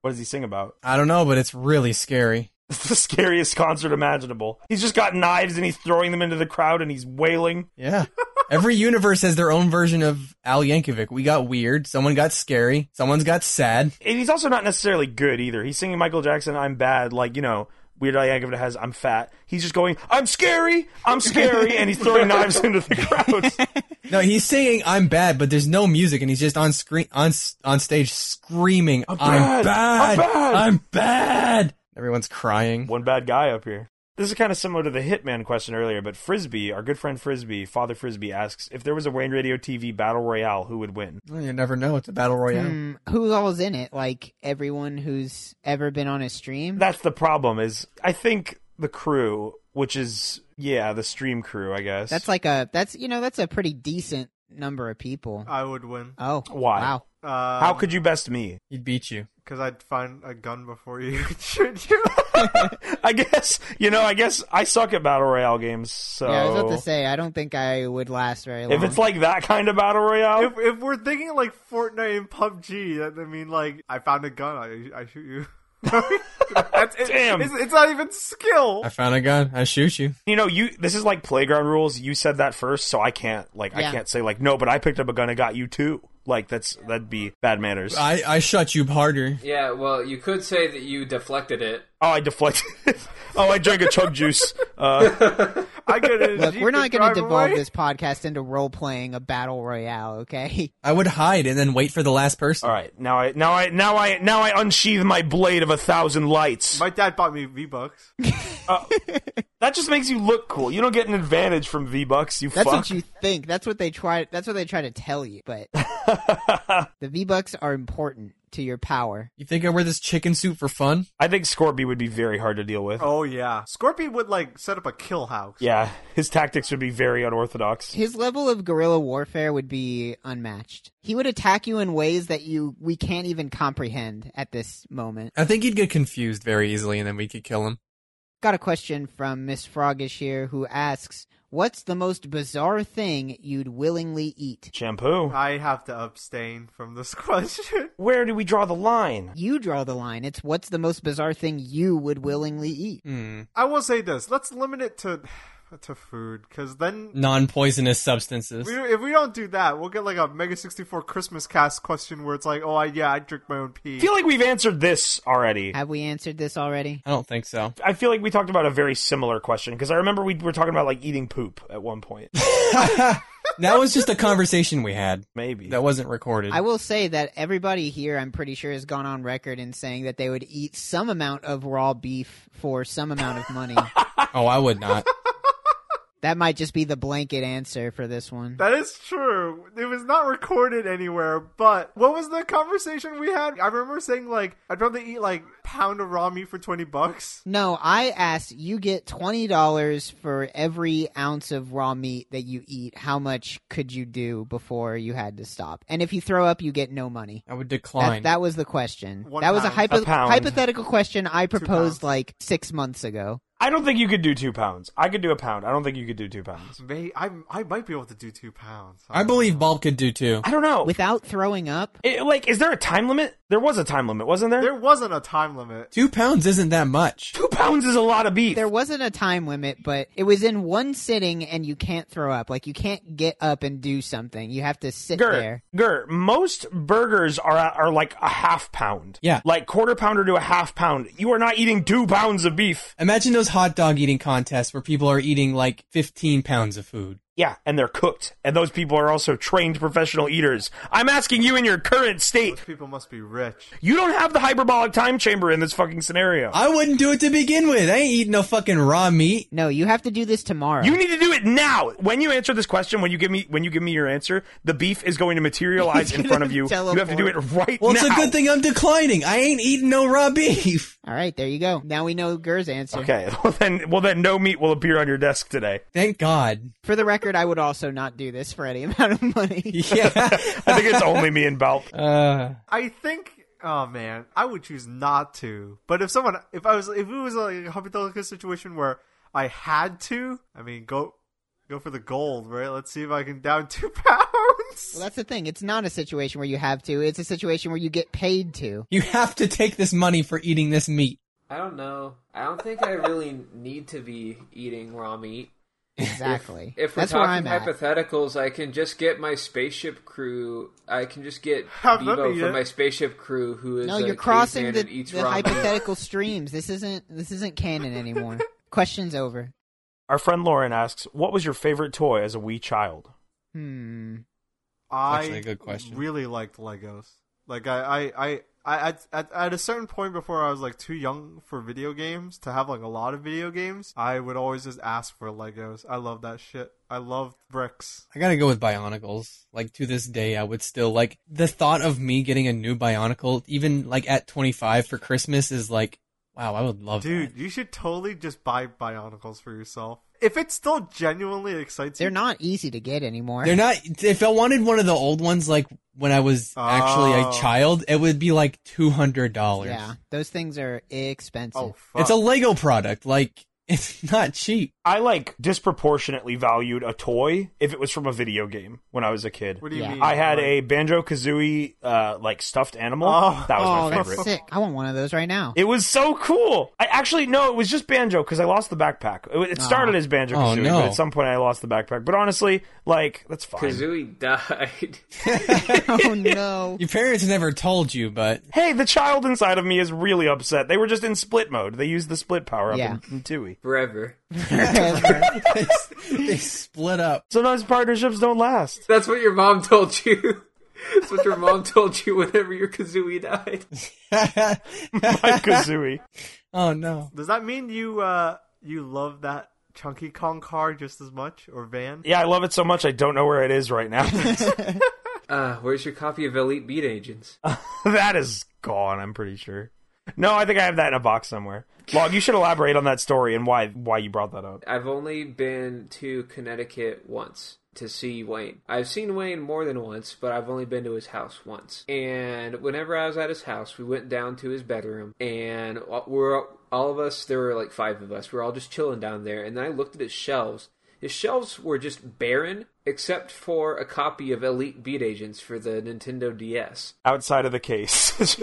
A: what does he sing about?
E: I don't know, but it's really scary.
A: It's the scariest concert imaginable. He's just got knives and he's throwing them into the crowd and he's wailing.
E: Yeah. Every universe has their own version of Al Yankovic. We got weird, someone got scary, someone's got sad.
A: And he's also not necessarily good either. He's singing Michael Jackson, I'm bad, like, you know, Weird Al Yankovic has I'm fat. He's just going, I'm scary, I'm scary, and he's throwing knives into the crowd.
E: No, he's singing "I'm bad," but there's no music, and he's just on screen on s- on stage screaming, "I'm,
A: bad!
E: bad!
A: I'm bad!"
E: I'm bad!" Everyone's crying.
A: One bad guy up here. This is kind of similar to the Hitman question earlier, but Frisbee, our good friend Frisbee, Father Frisbee asks if there was a Wayne Radio TV battle royale, who would win?
E: Well, you never know. It's a battle royale.
B: Hmm, who's all's in it? Like everyone who's ever been on a stream.
A: That's the problem. Is I think the crew, which is yeah, the stream crew, I guess.
B: that's like a that's you know that's a pretty decent number of people.
C: I would win.
B: Oh
A: Why?
B: wow.
C: Um,
A: How could you best me?
E: He'd beat you.
C: Because I'd find a gun before you could shoot you.
A: I guess you know. I guess I suck at battle royale games. So
B: Yeah, I was about to say I don't think I would last very long.
A: if it's like that kind of battle royale,
C: if if we're thinking like Fortnite and PUBG, that, I mean, like I found a gun, I I shoot you. That's it.
A: Damn.
C: It's, it's not even skill.
E: I found a gun. I shoot you.
A: you know, you this is like playground rules. You said that first, so I can't like I
B: Yeah.
A: can't say like no, but I picked up a gun and got you too. Like that's that'd be bad manners.
E: I I shot you harder.
D: yeah, well, you could say that you deflected it.
A: oh, I deflected. oh, I drank a chug juice. Uh,
C: I get it.
B: Look, we're not going to devolve
C: away.
B: this podcast into role playing a battle royale, okay?
E: I would hide and then wait for the last person.
A: all right, now I now I now I now I unsheathe my blade of a thousand lights.
C: My dad bought me V Bucks.
A: That just makes you look cool. You don't get an advantage from V Bucks. You
B: That's
A: fuck.
B: what you think. That's what they try. That's what they try to tell you. But the V Bucks are important to your power.
E: You think I wear this chicken suit for fun?
A: I think Scorby would be very hard to deal with.
C: Oh yeah, Scorpion would like set up a kill house.
A: Yeah, his tactics would be very unorthodox.
B: His level of guerrilla warfare would be unmatched. He would attack you in ways that you we can't even comprehend at this moment.
E: I think he'd get confused very easily, and then we could kill him.
B: Got a question from Miss Frogish here, who asks, "What's the most bizarre thing you'd willingly eat?"
A: Shampoo.
C: I have to abstain from this question.
A: Where do we draw the line?
B: You draw the line. It's what's the most bizarre thing you would willingly eat?
E: Hmm.
C: I will say this: let's limit it to to food, because then
E: Non-poisonous substances.
C: we, if we don't do that, we'll get like a Mega sixty four Christmas cast question where it's like, oh I, yeah, I drink my own pee.
A: I feel like we've answered this already.
B: Have we answered this already?
E: I don't think so.
A: I feel like we talked about a very similar question because I remember we were talking about like eating poop at one point.
E: That was just a conversation we had.
A: Maybe.
E: That wasn't recorded.
B: I will say that everybody here, I'm pretty sure, has gone on record in saying that they would eat some amount of raw beef for some amount of money.
E: oh, I would not.
B: that might just be the blanket answer for this one.
C: That is true. It was not recorded anywhere, but what was the conversation we had? I remember saying like I'd rather eat like pound of raw meat for 20 bucks?
B: No, I asked you get twenty dollars for every ounce of raw meat that you eat. How much could you do before you had to stop? And if you throw up, you get no money.
E: I would
B: That,
E: decline.
B: that was the question.
C: One
B: that was a,
C: pound.
B: hypo-
A: A pound.
B: hypothetical question I
C: pounds.
B: proposed like six months ago.
A: I don't think you could do two pounds. I could do a pound. I don't think you could do two pounds.
C: May I I might be able to do two pounds.
E: I believe Bob could do too.
A: I don't know.
B: Without throwing up,
A: It- like, is there a time limit? There was a time limit, wasn't there?
C: There wasn't a time limit.
E: Two pounds isn't that much.
A: two pounds is a lot of beef.
B: there wasn't a time limit, but it was in one sitting, and you can't throw up. Like you can't get up and do something. You have to sit
A: Gert,
B: there.
A: Gert, most burgers are are like a half pound.
E: Yeah.
A: Like quarter pounder to a half pound. You are not eating two pounds of beef.
E: Imagine those hot dog eating contests where people are eating like 15 pounds of food.
A: Yeah, and they're cooked. And those people are also trained professional eaters. I'm asking you in your current state.
C: Those people must be rich.
A: You don't have the hyperbolic time chamber in this fucking scenario.
E: I wouldn't do it to begin with. I ain't eating no fucking raw meat.
B: No, you have to do this tomorrow.
A: You need to do it now. When you answer this question, when you give me when you give me your answer, the beef is going to materialize in
B: It's gonna
A: front of you. You have to do it right
E: Well,
A: now.
E: it's a good thing I'm declining. I ain't eating no raw beef.
B: All right, there you go. Now we know Gur's answer.
A: Okay. Well then, well then, no meat will appear on your desk today.
E: Thank God.
B: For the record, I would also not do this for any amount of money.
E: Yeah.
A: I think it's only me and Balp.
E: uh,
C: I think oh man, I would choose not to. But if someone if I was if it was like a hypothetical situation where I had to, I mean go go for the gold, right? Let's see if I can down two pounds.
B: Well, that's the thing. It's not a situation where you have to. It's a situation where you get paid to.
E: you have to take this money for eating this meat.
D: I don't know. I don't think I really need to be eating raw meat.
B: Exactly.
D: If we're
B: that's where I'm
D: talking
B: at.
D: hypotheticals, I can just get my spaceship crew. I can just get
C: Have them
D: Bebo
C: eat
D: from
C: it.
D: my spaceship crew, who is
B: No,
D: a
B: you're crossing
D: caveman
B: the,
D: and eats
B: the
D: raw meat.
B: hypothetical streams. This isn't this isn't canon anymore. Question's over.
A: Our friend Lauren asks, "What was your favorite toy as a wee child?"
B: Hmm.
C: I
E: actually a good question.
C: really liked Legos. Like I, I, I, I at, at at a certain point before I was like too young for video games to have like a lot of video games. I would always just ask for Legos. I love that shit. I love bricks.
E: I gotta go with Bionicles. Like to this day, I would still like the thought of me getting a new Bionicle, even like at 25 for Christmas, is like, wow, I would love
C: Dude, you should totally just buy Bionicles for yourself. If it still genuinely excites
B: They're
C: you,
B: not easy to get anymore.
E: that. They're not. If I wanted one of the old ones, like when I was actually a
C: Oh.
E: child, it would be like two hundred dollars.
B: yeah, those things are expensive.
C: Oh, fuck.
E: it's a Lego product. Like it's not cheap.
A: I like disproportionately valued a toy if it was from a video game when I was a kid.
C: what do you
B: Yeah.
C: mean?
A: I had
C: Like-
A: a Banjo Kazooie uh, like stuffed animal.
C: Oh.
A: that was my
B: oh, that's
A: favorite.
B: sick. I want one of those right now.
A: It was so cool. I actually no, it was just banjo because I lost the backpack. It, it started
B: Aw.
A: as banjo
E: Oh,
A: kazooie,
E: no.
A: but at some point I lost the backpack. But honestly, like that's fine.
D: Kazooie died.
B: oh no.
E: Your parents never told you, but
A: Hey, the child inside of me is really upset. They were just in split mode. They used the split power up
B: Yeah.
A: in, in Tui.
D: Forever.
E: they split up.
A: Sometimes partnerships don't last.
D: That's what your mom told you. That's what your mom told you whenever your Kazooie died.
A: My Kazooie.
E: oh no.
C: Does that mean you uh you love that Chunky Kong car just as much or van?
A: Yeah, I love it so much. I don't know where it is right now.
D: Uh, where's your copy of Elite Beat Agents?
A: that is gone. I'm pretty sure. No, I think I have that in a box somewhere. Log, you should elaborate on that story and why why you brought that up.
D: I've only been to Connecticut once to see Wayne. I've seen Wayne more than once, but I've only been to his house once. And whenever I was at his house, we went down to his bedroom, and we're all of us. There were like five of us. We're all just chilling down there. And then I looked at his shelves. His shelves were just barren, except for a copy of Elite Beat Agents for the Nintendo DS.
A: Outside of the case.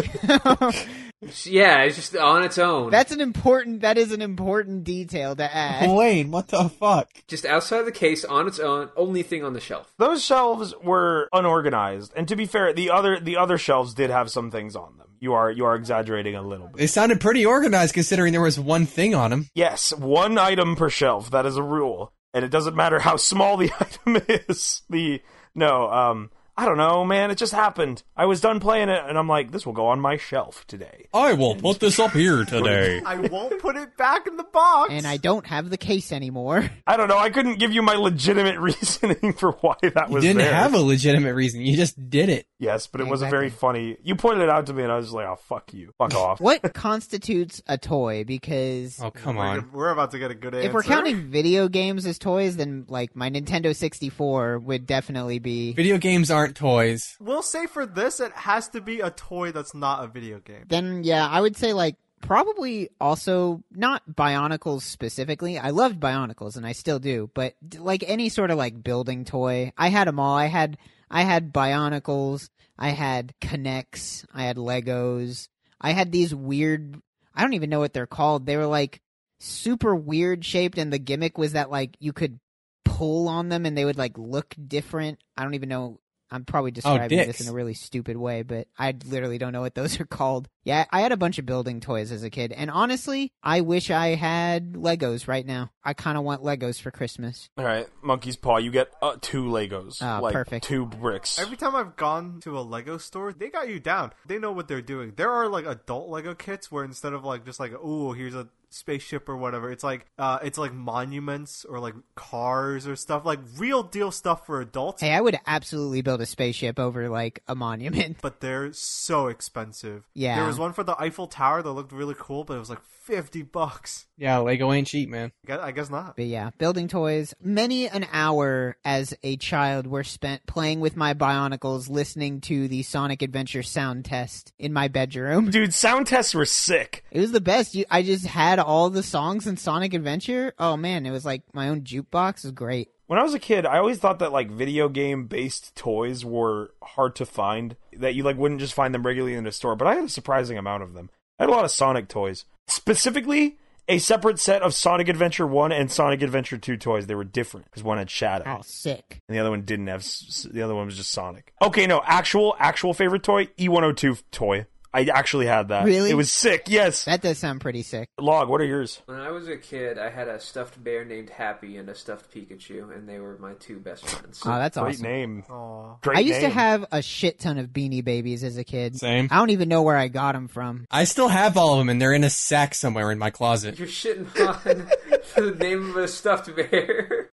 D: Yeah, it's just on its own.
B: That's an important. That is an important detail to add.
E: Wayne, what the fuck?
D: just outside the case, on its own, only thing on the shelf.
A: those shelves were unorganized and to be fair the other the other shelves did have some things on them you are you are exaggerating a little bit
E: They sounded pretty organized considering there was one thing on them.
A: yes one item per shelf that is a rule and it doesn't matter how small the item is the no um I don't know, man. It just happened. I was done playing it, and I'm like, this will go on my shelf today.
E: I will put this up here today.
C: I won't put it back in the box.
B: and I don't have the case anymore.
A: I don't know. I couldn't give you my legitimate reasoning for why that
E: You
A: was
E: didn't
A: there.
E: have a legitimate reason. You just did it.
A: yes, but it wasn't very
B: Exactly.
A: funny. You pointed it out to me, and I was just like, oh, fuck you. Fuck off.
B: what constitutes a toy? Because
E: Oh, come
C: we're,
E: on.
C: we're about to get a good answer.
B: if we're counting video games as toys, then like my Nintendo 64 would definitely be.
E: Video games aren't toys.
C: we'll say for this, it has to be a toy that's not a video game.
B: Then yeah, I would say like probably also not Bionicles specifically. I loved Bionicles and I still do, but d- like any sort of like building toy, I had them all. I had I had Bionicles, I had Connects, I had Legos, I had these weird. I don't even know what they're called. They were like super weird shaped, and the gimmick was that like you could pull on them and they would like look different. I don't even know. I'm probably describing this
E: dicks.
B: in a really stupid way, but I literally don't know what those are called. Yeah, I had a bunch of building toys as a kid, and honestly, I wish I had Legos right now. I kind of want Legos for Christmas.
A: All right, monkey's paw. You get uh, two Legos,
B: Ah,
A: like
B: perfect.
A: two bricks.
C: Every time I've gone to a Lego store, they got you down. They know what they're doing. There are like adult Lego kits where instead of like just like oh here's a spaceship or whatever, it's like uh it's like monuments or like cars or stuff like real deal stuff for adults.
B: Hey, I would absolutely build a spaceship over like a monument.
C: but they're so expensive.
B: Yeah.
C: There was one for the Eiffel Tower that looked really cool, but it was like 50 bucks.
E: Yeah, Lego ain't cheap, man.
C: I guess, I guess not.
B: But yeah, building toys. Many an hour as a child were spent playing with my Bionicles, listening to the Sonic Adventure sound test in my bedroom.
A: Dude, sound tests were sick.
B: It was the best. You, I just had all the songs in Sonic Adventure. Oh man, it was like my own jukebox. It was great.
A: When I was a kid, I always thought that like video game based toys were hard to find. That you like wouldn't just find them regularly in a store, but I had a surprising amount of them. I had a lot of Sonic toys. Specifically, a separate set of Sonic Adventure 1 and Sonic Adventure 2 toys. They were different because one had Shadow
B: Oh, sick.
A: and the other one didn't have s- s- the other one was just Sonic. Okay, no, actual actual favorite toy, E E102 f- toy. I actually had that.
B: Really?
A: It was sick. Yes.
B: That does sound pretty sick.
A: Log, what are yours?
D: When I was a kid, I had a stuffed bear named Happy and a stuffed Pikachu, and they were my two best friends.
B: Oh, that's
A: Great
B: awesome.
A: name.
C: Aw.
A: Great
B: I used to
A: name.
B: have a shit ton of Beanie Babies as a kid.
E: Same.
B: I don't even know where I got them from.
E: I still have all of them, and they're in a sack somewhere in my closet.
D: You're shitting on the name of a stuffed bear.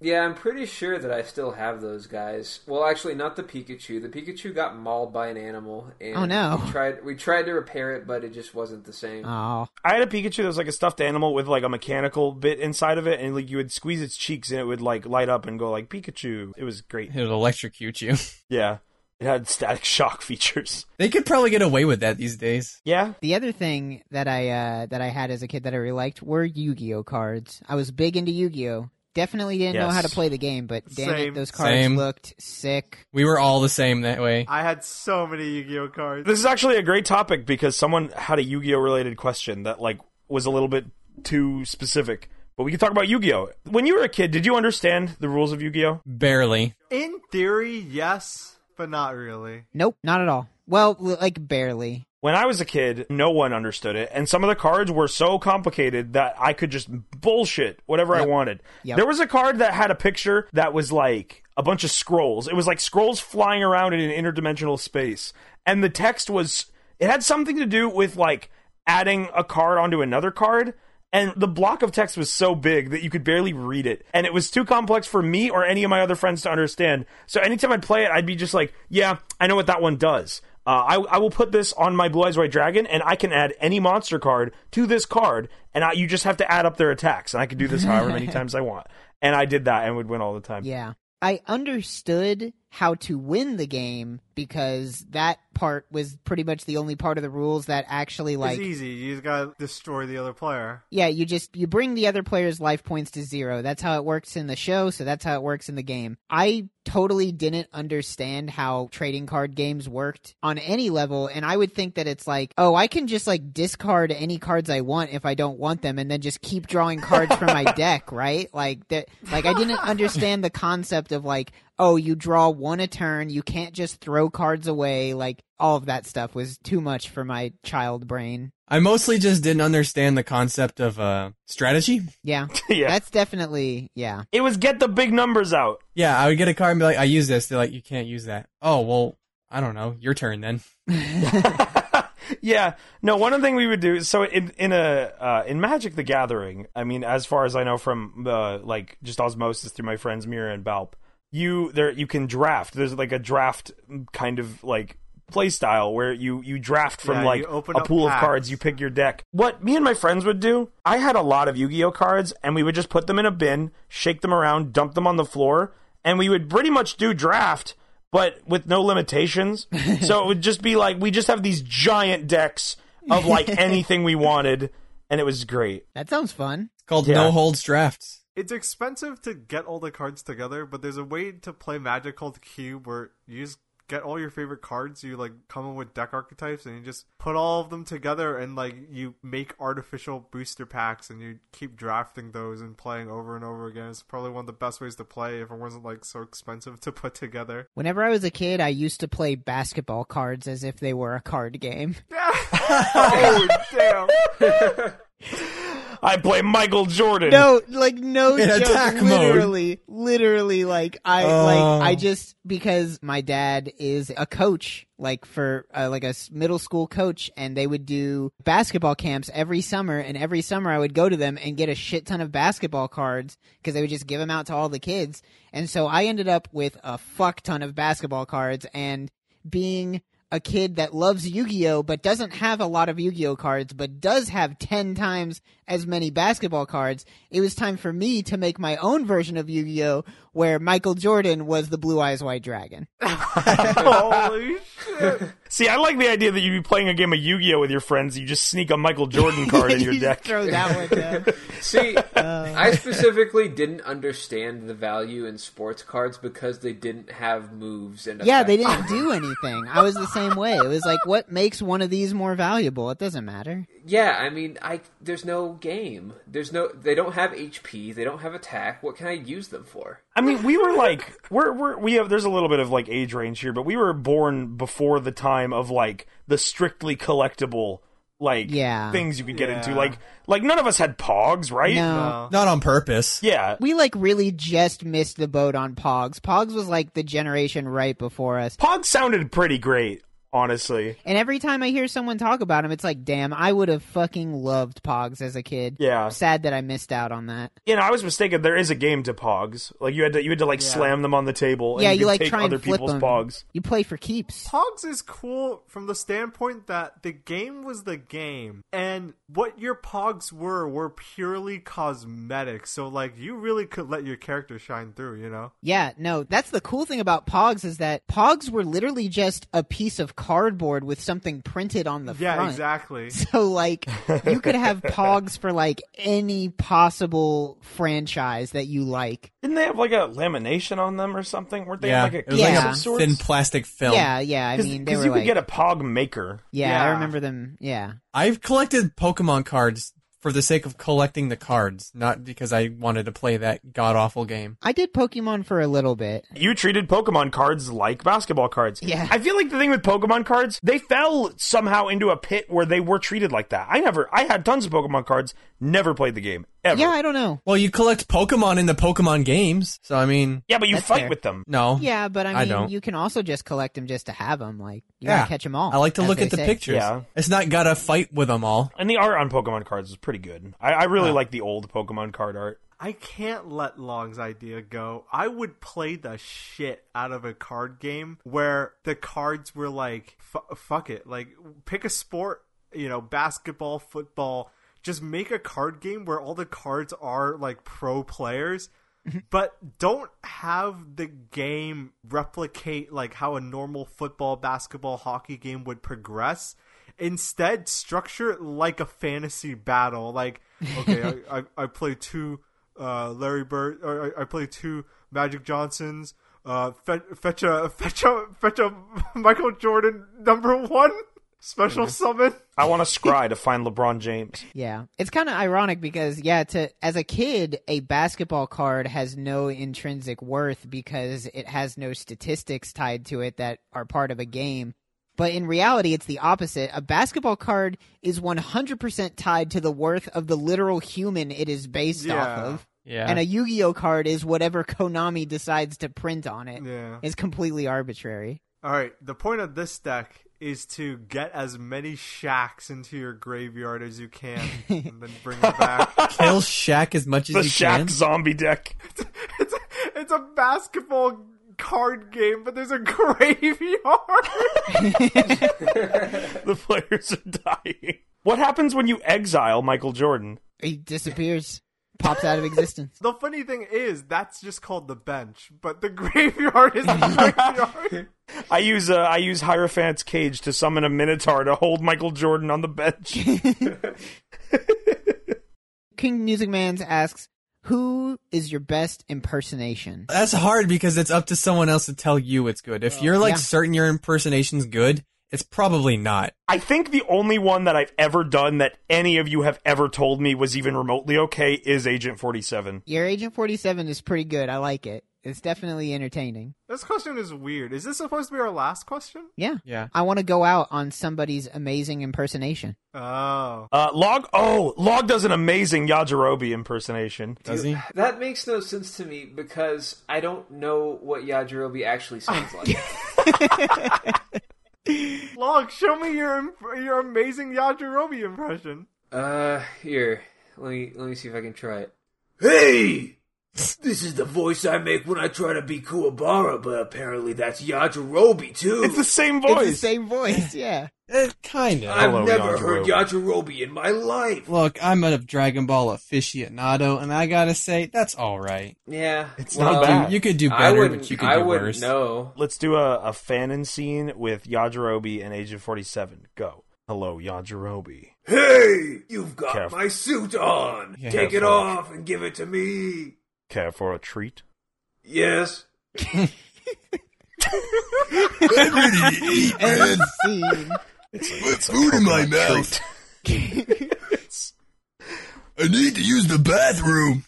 D: yeah, I'm pretty sure that I still have those guys. Well, actually, not the Pikachu. The Pikachu got mauled by an animal, and
B: Oh, no.
D: we tried we tried to repair it, but it just wasn't the same.
B: Oh,
A: I had a Pikachu that was like a stuffed animal with like a mechanical bit inside of it, and like you would squeeze its cheeks and it would like light up and go like Pikachu. It was great.
E: It'll electrocute you.
A: Yeah, it had static shock features.
E: They could probably get away with that these days.
A: Yeah,
B: The other thing that I uh, that I had as a kid that I really liked were Yu-Gi-Oh cards. I was big into Yu-Gi-Oh. Definitely didn't know how to
A: Yes.
B: play the game, but damn
C: Same.
B: it, those cards
E: Same.
B: looked sick.
E: We were all the same that way.
C: I had so many Yu Gi Oh cards.
A: this is actually a great topic because someone had a Yu-Gi-Oh related question that like was a little bit too specific. But we can talk about Yu-Gi-Oh. When you were a kid, did you understand the rules of Yu-Gi-Oh?
E: Barely.
C: In theory, yes, but not really.
B: Nope, not at all. Well, l- like barely.
A: When I was a kid, no one understood it, and some of the cards were so complicated that I could just bullshit whatever I
B: Yep.
A: wanted.
B: Yep.
A: There was a card that had a picture that was like a bunch of scrolls. It was like scrolls flying around in an interdimensional space, and the text was it had something to do with like adding a card onto another card. And the block of text was so big that you could barely read it. And it was too complex for me or any of my other friends to understand. So anytime I'd play it, I'd be just like, yeah, I know what that one does. Uh, I, I will put this on my Blue Eyes White Dragon, and I can add any monster card to this card, and I, you just have to add up their attacks, and I can do this however many times I want. And I did that and would win all the time.
B: Yeah. I understood how to win the game because that part was pretty much the only part of the rules that actually like
C: it's easy. You just gotta destroy the other player.
B: Yeah, you just you bring the other player's life points to zero. That's how it works in the show, so that's how it works in the game. I totally didn't understand how trading card games worked on any level, and I would think that it's like, oh, I can just like discard any cards I want if I don't want them and then just keep drawing cards from my deck, right? Like that like I didn't understand the concept of like oh, you draw one a turn, you can't just throw cards away. Like, all of that stuff was too much for my child brain.
E: I mostly just didn't understand the concept of uh, strategy.
B: Yeah.
A: yeah.
B: That's definitely, yeah.
A: it was get the big numbers out.
E: Yeah, I would get a card and be like, I use this. They're like, you can't use that. Oh, well, I don't know. Your turn then.
A: yeah. No, one thing we would do so in in a uh, in Magic the Gathering, I mean, as far as I know from uh, like just osmosis through my friends Mira and Balp, you there you can draft. There's like a draft kind of like play style where you you draft from
C: Yeah,
A: like
C: you open
A: a
C: up
A: pool of
C: packs.
A: cards, you pick your deck. What me and my friends would do, I had a lot of Yu-Gi-Oh cards and we would just put them in a bin, shake them around, dump them on the floor, and we would pretty much do draft but with no limitations. so it would just be like we just have these giant decks of like anything we wanted and it was great.
B: That sounds fun.
E: It's called
A: Yeah.
E: no holds drafts.
C: It's expensive to get all the cards together, but there's a way to play Magic called Cube where you just get all your favorite cards. You like come in with deck archetypes and you just put all of them together and like you make artificial booster packs and you keep drafting those and playing over and over again. It's probably one of the best ways to play if it wasn't like so expensive to put together.
B: Whenever I was a kid, I used to play basketball cards as if they were a card game.
C: oh damn!
A: I play Michael Jordan.
B: No, like no
E: In
B: joke.
E: attack mode.
B: literally, literally, like I,
E: Oh.
B: like I just because my dad is a coach, like for uh, like a s- middle school coach, and they would do basketball camps every summer. And every summer, I would go to them and get a shit ton of basketball cards because they would just give them out to all the kids. And so I ended up with a fuck ton of basketball cards and being a kid that loves Yu-Gi-Oh but doesn't have a lot of Yu-Gi-Oh cards but does have 10 times as many basketball cards, it was time for me to make my own version of Yu-Gi-Oh where Michael Jordan was the Blue Eyes White Dragon.
C: Holy shit!
A: See, I like the idea that you'd be playing a game of Yu-Gi-Oh with your friends, you just sneak a Michael Jordan card in your
B: You just
A: deck.
B: Throw that one down.
D: See,
B: Oh.
D: I specifically didn't understand the value in sports cards because they didn't have moves and
B: yeah, they didn't
D: effects.
B: do anything. I was the same way. It was like what makes one of these more valuable? It doesn't matter.
D: Yeah, I mean, I there's no game. There's no they don't have HP, they don't have attack. What can I use them for?
A: I mean, we were like, we're, we're, we have, there's a little bit of like age range here, but we were born before the time of like the strictly collectible, like,
B: Yeah.
A: things you could get into.
C: Yeah.
A: Like, like none of us had pogs, right? Uh,
B: No.
E: Not on purpose.
A: Yeah.
B: We like really just missed the boat on Pogs. Pogs was like the generation right before us.
A: Pog sounded pretty great, honestly.
B: And every time I hear someone talk about him, it's like, damn, I would have fucking loved Pogs as a kid.
A: Yeah.
B: Sad that I missed out on that.
A: You know, I was mistaken. There is a game to pogs. Like you had to, you had to like slam them on the table. And
B: yeah,
A: you,
B: you,
A: could
B: like
A: take
B: try and
A: other
B: flip
A: people's
B: them.
A: pogs.
B: You play for keeps.
C: Pogs is cool from the standpoint that the game was the game, and what your Pogs were were purely cosmetic. So, like, you really could let your character shine through, you know?
B: Yeah, no, that's the cool thing about Pogs is that Pogs were literally just a piece of cardboard with something printed on the
C: Yeah,
B: front.
C: exactly.
B: So like you could have Pogs for like any possible franchise that you like.
A: Didn't they have like a lamination on them or something? Weren't they
E: Yeah,
A: like a
E: it was
A: case
B: like a
A: of sorts?
E: Thin plastic film.
B: Yeah, yeah. I
A: Because
B: mean, they were
A: you
B: like,
A: could get a pog maker.
B: yeah, I
C: Yeah.
B: remember them. Yeah,
E: I've collected Pokemon cards for the sake of collecting the cards, not because I wanted to play that god awful game.
B: I did Pokemon for a little bit.
A: you treated Pokemon cards like basketball cards.
B: Yeah.
A: I feel like the thing with Pokemon cards, they fell somehow into a pit where they were treated like that. I never, I had tons of Pokemon cards, never played the game, ever.
B: Yeah, I don't know.
E: Well, you collect Pokemon in the Pokemon games, so I mean,
A: Yeah, but you
B: That's
A: fight
B: fair.
A: with them.
E: no.
B: Yeah, but I mean,
E: I don't.
B: you can also just collect them just to have them. Like, you
E: Yeah.
B: gotta catch them all.
E: I like to
B: as
E: look
B: they
E: at the
B: say.
E: pictures.
A: Yeah.
E: It's not gotta fight with them all.
A: And the art on Pokemon cards is pretty good. I, I
B: Oh.
A: really like the old Pokemon card art.
C: I can't let Long's idea go. I would play the shit out of a card game where the cards were like, F- fuck it. Like, pick a sport, you know, basketball, football. Just make a card game where all the cards are like pro players, but don't have the game replicate like how a normal football, basketball, hockey game would progress. Instead, structure it like a fantasy battle. Like, okay, I, I, I play two uh, Larry Bird, or I, I play two Magic Johnsons. Uh, fe- fetch a fetch a fetch a Michael Jordan number one. Special summon.
A: I want to scry to find LeBron James.
B: Yeah. It's kind of ironic because yeah, to as a kid, a basketball card has no intrinsic worth because it has no statistics tied to it that are part of a game. But in reality, it's the opposite. A basketball card is 100% tied to the worth of the literal human it is based off
C: Yeah.
B: of.
E: Yeah.
B: And a Yu-Gi-Oh card is whatever Konami decides to print on it.
C: Yeah.
B: It's completely arbitrary.
C: All right. The point of this deck is to get as many shacks into your graveyard as you can, and then bring them back.
E: Kill Shaq as much as
A: The
E: you
A: Shaq
E: can.
A: zombie deck.
C: it's, a, it's a basketball card game, but there's a graveyard.
A: The players are dying. What happens when you exile Michael Jordan?
B: He disappears, pops out of existence.
C: the funny thing is, that's just called the bench, but the graveyard is the graveyard.
A: I use uh, I use Hierophant's cage to summon a Minotaur to hold Michael Jordan on the bench.
B: King Music Man's asks, "Who is your best impersonation?"
E: That's hard because it's up to someone else to tell you it's good. If you're like
B: Yeah.
E: certain your impersonation's good, it's probably not.
A: I think the only one that I've ever done that any of you have ever told me was even remotely okay is Agent 47.
B: Your Agent 47 is pretty good. I like it. It's definitely entertaining.
C: this question is weird. Is this supposed to be our last question?
B: Yeah.
E: Yeah.
B: I want to go out on somebody's amazing impersonation.
C: Oh.
A: Uh, Log, oh, Log does an amazing Yajirobe impersonation.
E: Does he?
D: That makes no sense to me because I don't know what Yajirobe actually sounds like.
C: Log, show me your imp- your amazing Yajirobe impression.
D: uh, here, let me let me see if I can try it. Hey, this is the voice I make when I try to be Kuwabara, but apparently that's Yajirobe too.
A: It's the same voice.
B: It's the same voice. Yeah.
E: Eh, kind of.
A: Hello,
D: Yajirobe in my life.
E: Look, I'm a Dragon Ball aficionado, and I gotta say, that's alright.
D: Yeah,
A: It's
D: well,
A: not bad.
E: You could do
D: I
E: better,
D: wouldn't.
E: but you could
D: I
E: do
D: wouldn't
E: worse.
D: know.
A: Let's do a, a fanon scene with Yajirobe and Agent 47. Go. Hello, Yajirobe.
D: Hey, you've got
A: Careful.
D: my suit on.
E: Yeah.
D: Take it
A: Careful.
D: off and give it to me.
A: Care for a treat?
D: Yes.
B: End scene.
A: It's food in my mouth.
F: I need to use the bathroom.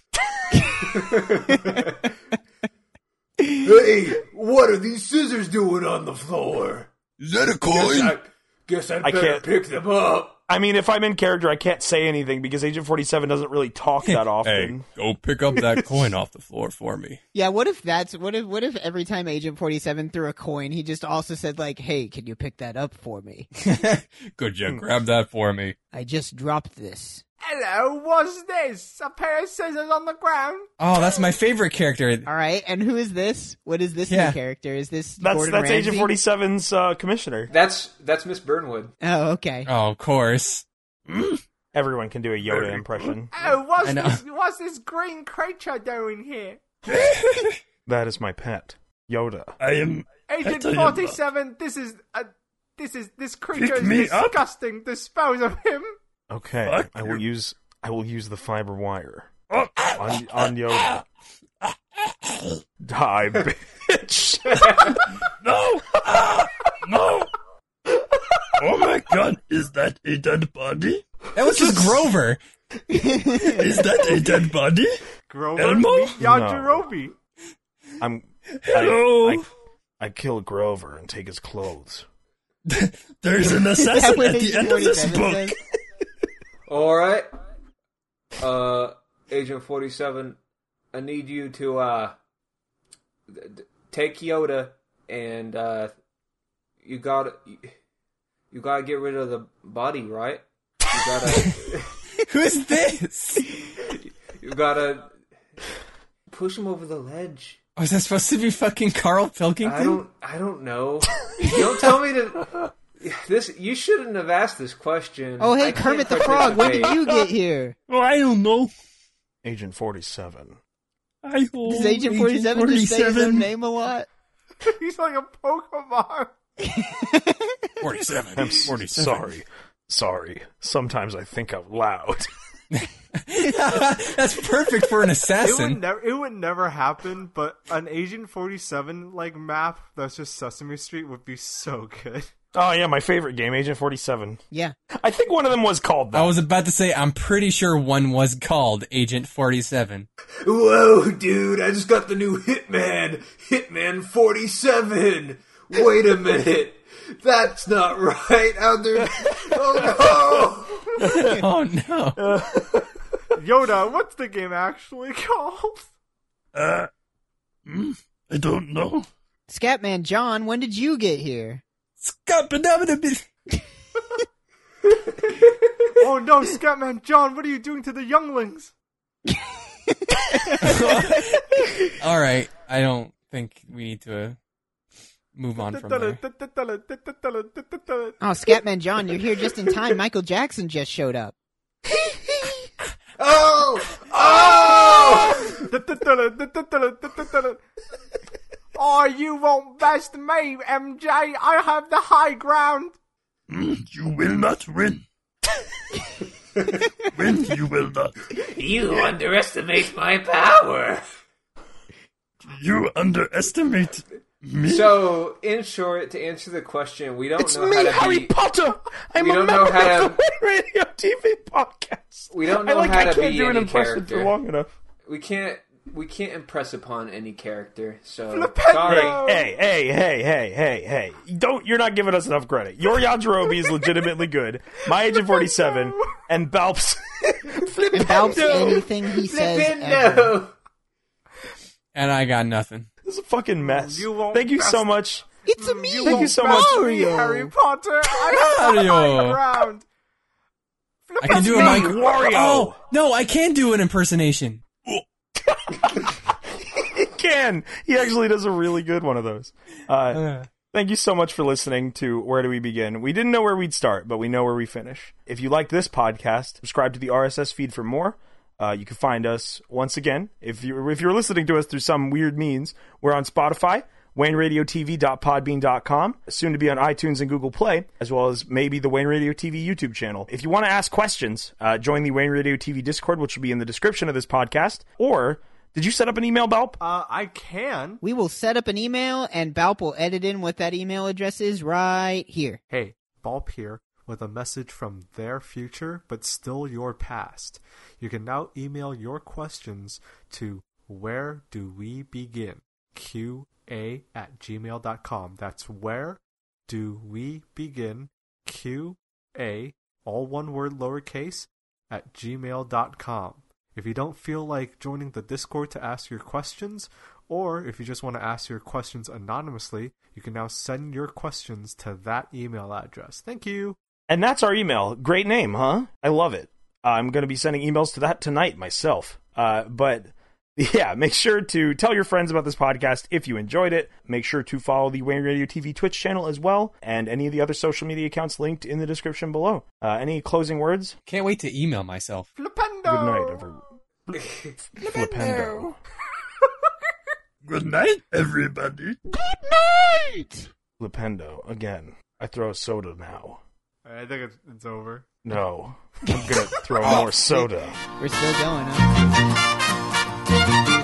D: Hey, what are these scissors doing on the floor?
F: Is that a coin?
D: guess I'd
A: I can't-
D: pick them up.
A: I mean, if I'm in character, I can't say anything because Agent 47 doesn't really talk that often.
F: go pick up that coin off the floor for me.
B: Yeah. What if that's what if what if every time Agent 47 threw a coin, he just also said like, "Hey, can you pick that up for me?
F: Could
E: Hmm.
F: you grab that for me?
B: I just dropped this."
C: Hello, what's this? A pair of scissors on the ground?
E: Oh, that's my favorite character.
B: All right. And who is this? What is this
E: Yeah.
B: new character? Is this
A: That's
B: Gordon
A: that's
B: Ramsay?
A: Agent 47's uh, commissioner.
D: That's that's Miss Burnwood.
B: Oh, okay.
E: Oh, of course.
A: Everyone can do a Yoda impression.
C: Oh, what's
E: I know.
C: this? What's this green creature doing here?
A: That is my pet, Yoda.
F: I am.
C: Agent
F: tell you
C: Forty Seven. This is a. This is this
F: Pick
C: creature is
F: me up.
C: disgusting. Dispose of him.
A: Okay,
F: Fuck
A: I will
F: you.
A: use I will use the fiber wire
F: Oh,
A: on on Yoda. Die, bitch.
F: no! Ah, no! Oh my god, is that a dead body?
E: That was just Grover.
F: Is that a dead body?
C: Grover
F: Elmo?
C: meet Yajirobe.
A: I'm
F: Hello?
A: I, I, I kill Grover and take his clothes.
F: There's an
B: Is that
F: assassin
B: what
F: at the
B: Agent
F: end of this
B: 47
F: book!
B: says?
D: All right. Uh, Agent Forty Seven, I need you to uh d- d- take Yoda and uh you got you got to get rid of the body, right? You gotta
E: Who's this?
D: you gotta push him over the ledge.
E: Was Oh, that supposed to be fucking Carl
D: I
E: Pilkington?
D: don't. I don't know. don't tell me to. This you shouldn't have asked this question.
B: Oh,
D: I
B: hey,
D: can't
B: Kermit the Frog. When did
D: participate.
B: you get here?
F: Well, Oh, I don't know.
A: Agent 47.
F: I hope
B: Does Agent 47 just say his own name a lot?
C: He's like a Pokemon.
F: 47.
A: I'm s- sorry. Sorry. Sometimes I think out loud.
E: That's perfect for an
C: It would
E: assassin.
C: never. It would never happen. But an Agent Forty Seven like map that's just Sesame Street would be so good.
A: Oh yeah, my favorite game, Agent Forty Seven.
B: Yeah.
A: I think one of them was called that.
E: I was about to say, I'm pretty sure one was called Agent 47.
D: Whoa, dude, I just got the new Hitman, Hitman 47. Wait a minute. That's not right. How there Oh no.
E: oh no.
C: Yoda, what's the game actually called?
F: Uh, hmm, I don't know.
B: Scatman John, when did you get here?
E: Scapadabadabid-
C: Oh no, Scatman John, what are you doing to the younglings?
E: All right. I don't think we need to uh, move on from there.
B: Oh, Scatman John, you're here just in time. Michael Jackson just showed up.
D: Oh! Oh!
C: Oh, you won't best me, MJ. I have the high ground.
F: Hmm, You will not win. win, you will not.
D: You underestimate my power.
F: You underestimate me.
D: So, in short, to answer the question, we don't
A: it's
D: know
A: me,
D: how to
A: Harry
D: be,
A: Potter. I'm
D: we
A: a
D: don't
A: member
D: know how
A: of the Wayne Radio TV podcast.
D: We don't know
A: I like.
D: how
A: I
D: to
A: can't
D: be
A: do an
D: any
A: impression for
D: character.
A: long enough.
D: we can't we can't impress upon any character. So,
C: Flipendo.
D: sorry.
A: Hey, hey, hey, hey, hey, hey! Don't you're not giving us enough credit. Your Yajirobe is legitimately good. My Agent Forty Seven and Balps.
B: And Balbs, anything he says. ever.
D: Flipendo.
E: And I got nothing.
A: This is a fucking mess.
C: You won't
A: Thank you so
C: best-
A: much.
B: It's a me.
A: Thank you so much.
C: Me, Harry Potter. I have the high
E: Mario.
C: ground.
E: I can do a
A: me,
E: mic.
A: Wario.
E: Oh no, I can do an impersonation.
A: He can. He actually does a really good one of those. Uh,
E: Uh,
A: Thank you so much for listening to Where Do We Begin? We didn't know where we'd start, but we know where we finish. If you like this podcast, subscribe to the RSS feed for more. Uh, you can find us once again if you if you're listening to us through some weird means. We're on Spotify, WayneRadioTV.podbean.com, soon to be on iTunes and Google Play, as well as maybe the Wayne Radio TV YouTube channel. If you want to ask questions, uh, join the Wayne Radio TV Discord, which will be in the description of this podcast. Or did you set up an email, Belp?
C: Uh, I can.
B: We will set up an email, and Balp will edit in what that email address is right here.
C: Hey, Bulb here with a message from their future, but still your past. You can now email your questions to where do we begin? QA at gmail.com. That's where do we begin? QA, all one word lowercase, at gmail.com. If you don't feel like joining the Discord to ask your questions, or if you just want to ask your questions anonymously, you can now send your questions to that email address. Thank you.
A: And that's our email. Great name, huh? I love it. I'm going to be sending emails to that tonight myself. Uh, but yeah, make sure to tell your friends about this podcast if you enjoyed it. Make sure to follow the Wayne Radio TV Twitch channel as well, and any of the other social media accounts linked in the description below. Uh, any closing words?
E: can't wait to email myself.
C: Flipendo!
A: Good night, everyone. Flipendo.
F: Good night, everybody.
A: Flipendo. Again, I throw a soda now.
C: I think it's, it's over.
A: No, I'm going to throw more soda.
B: We're still going, huh?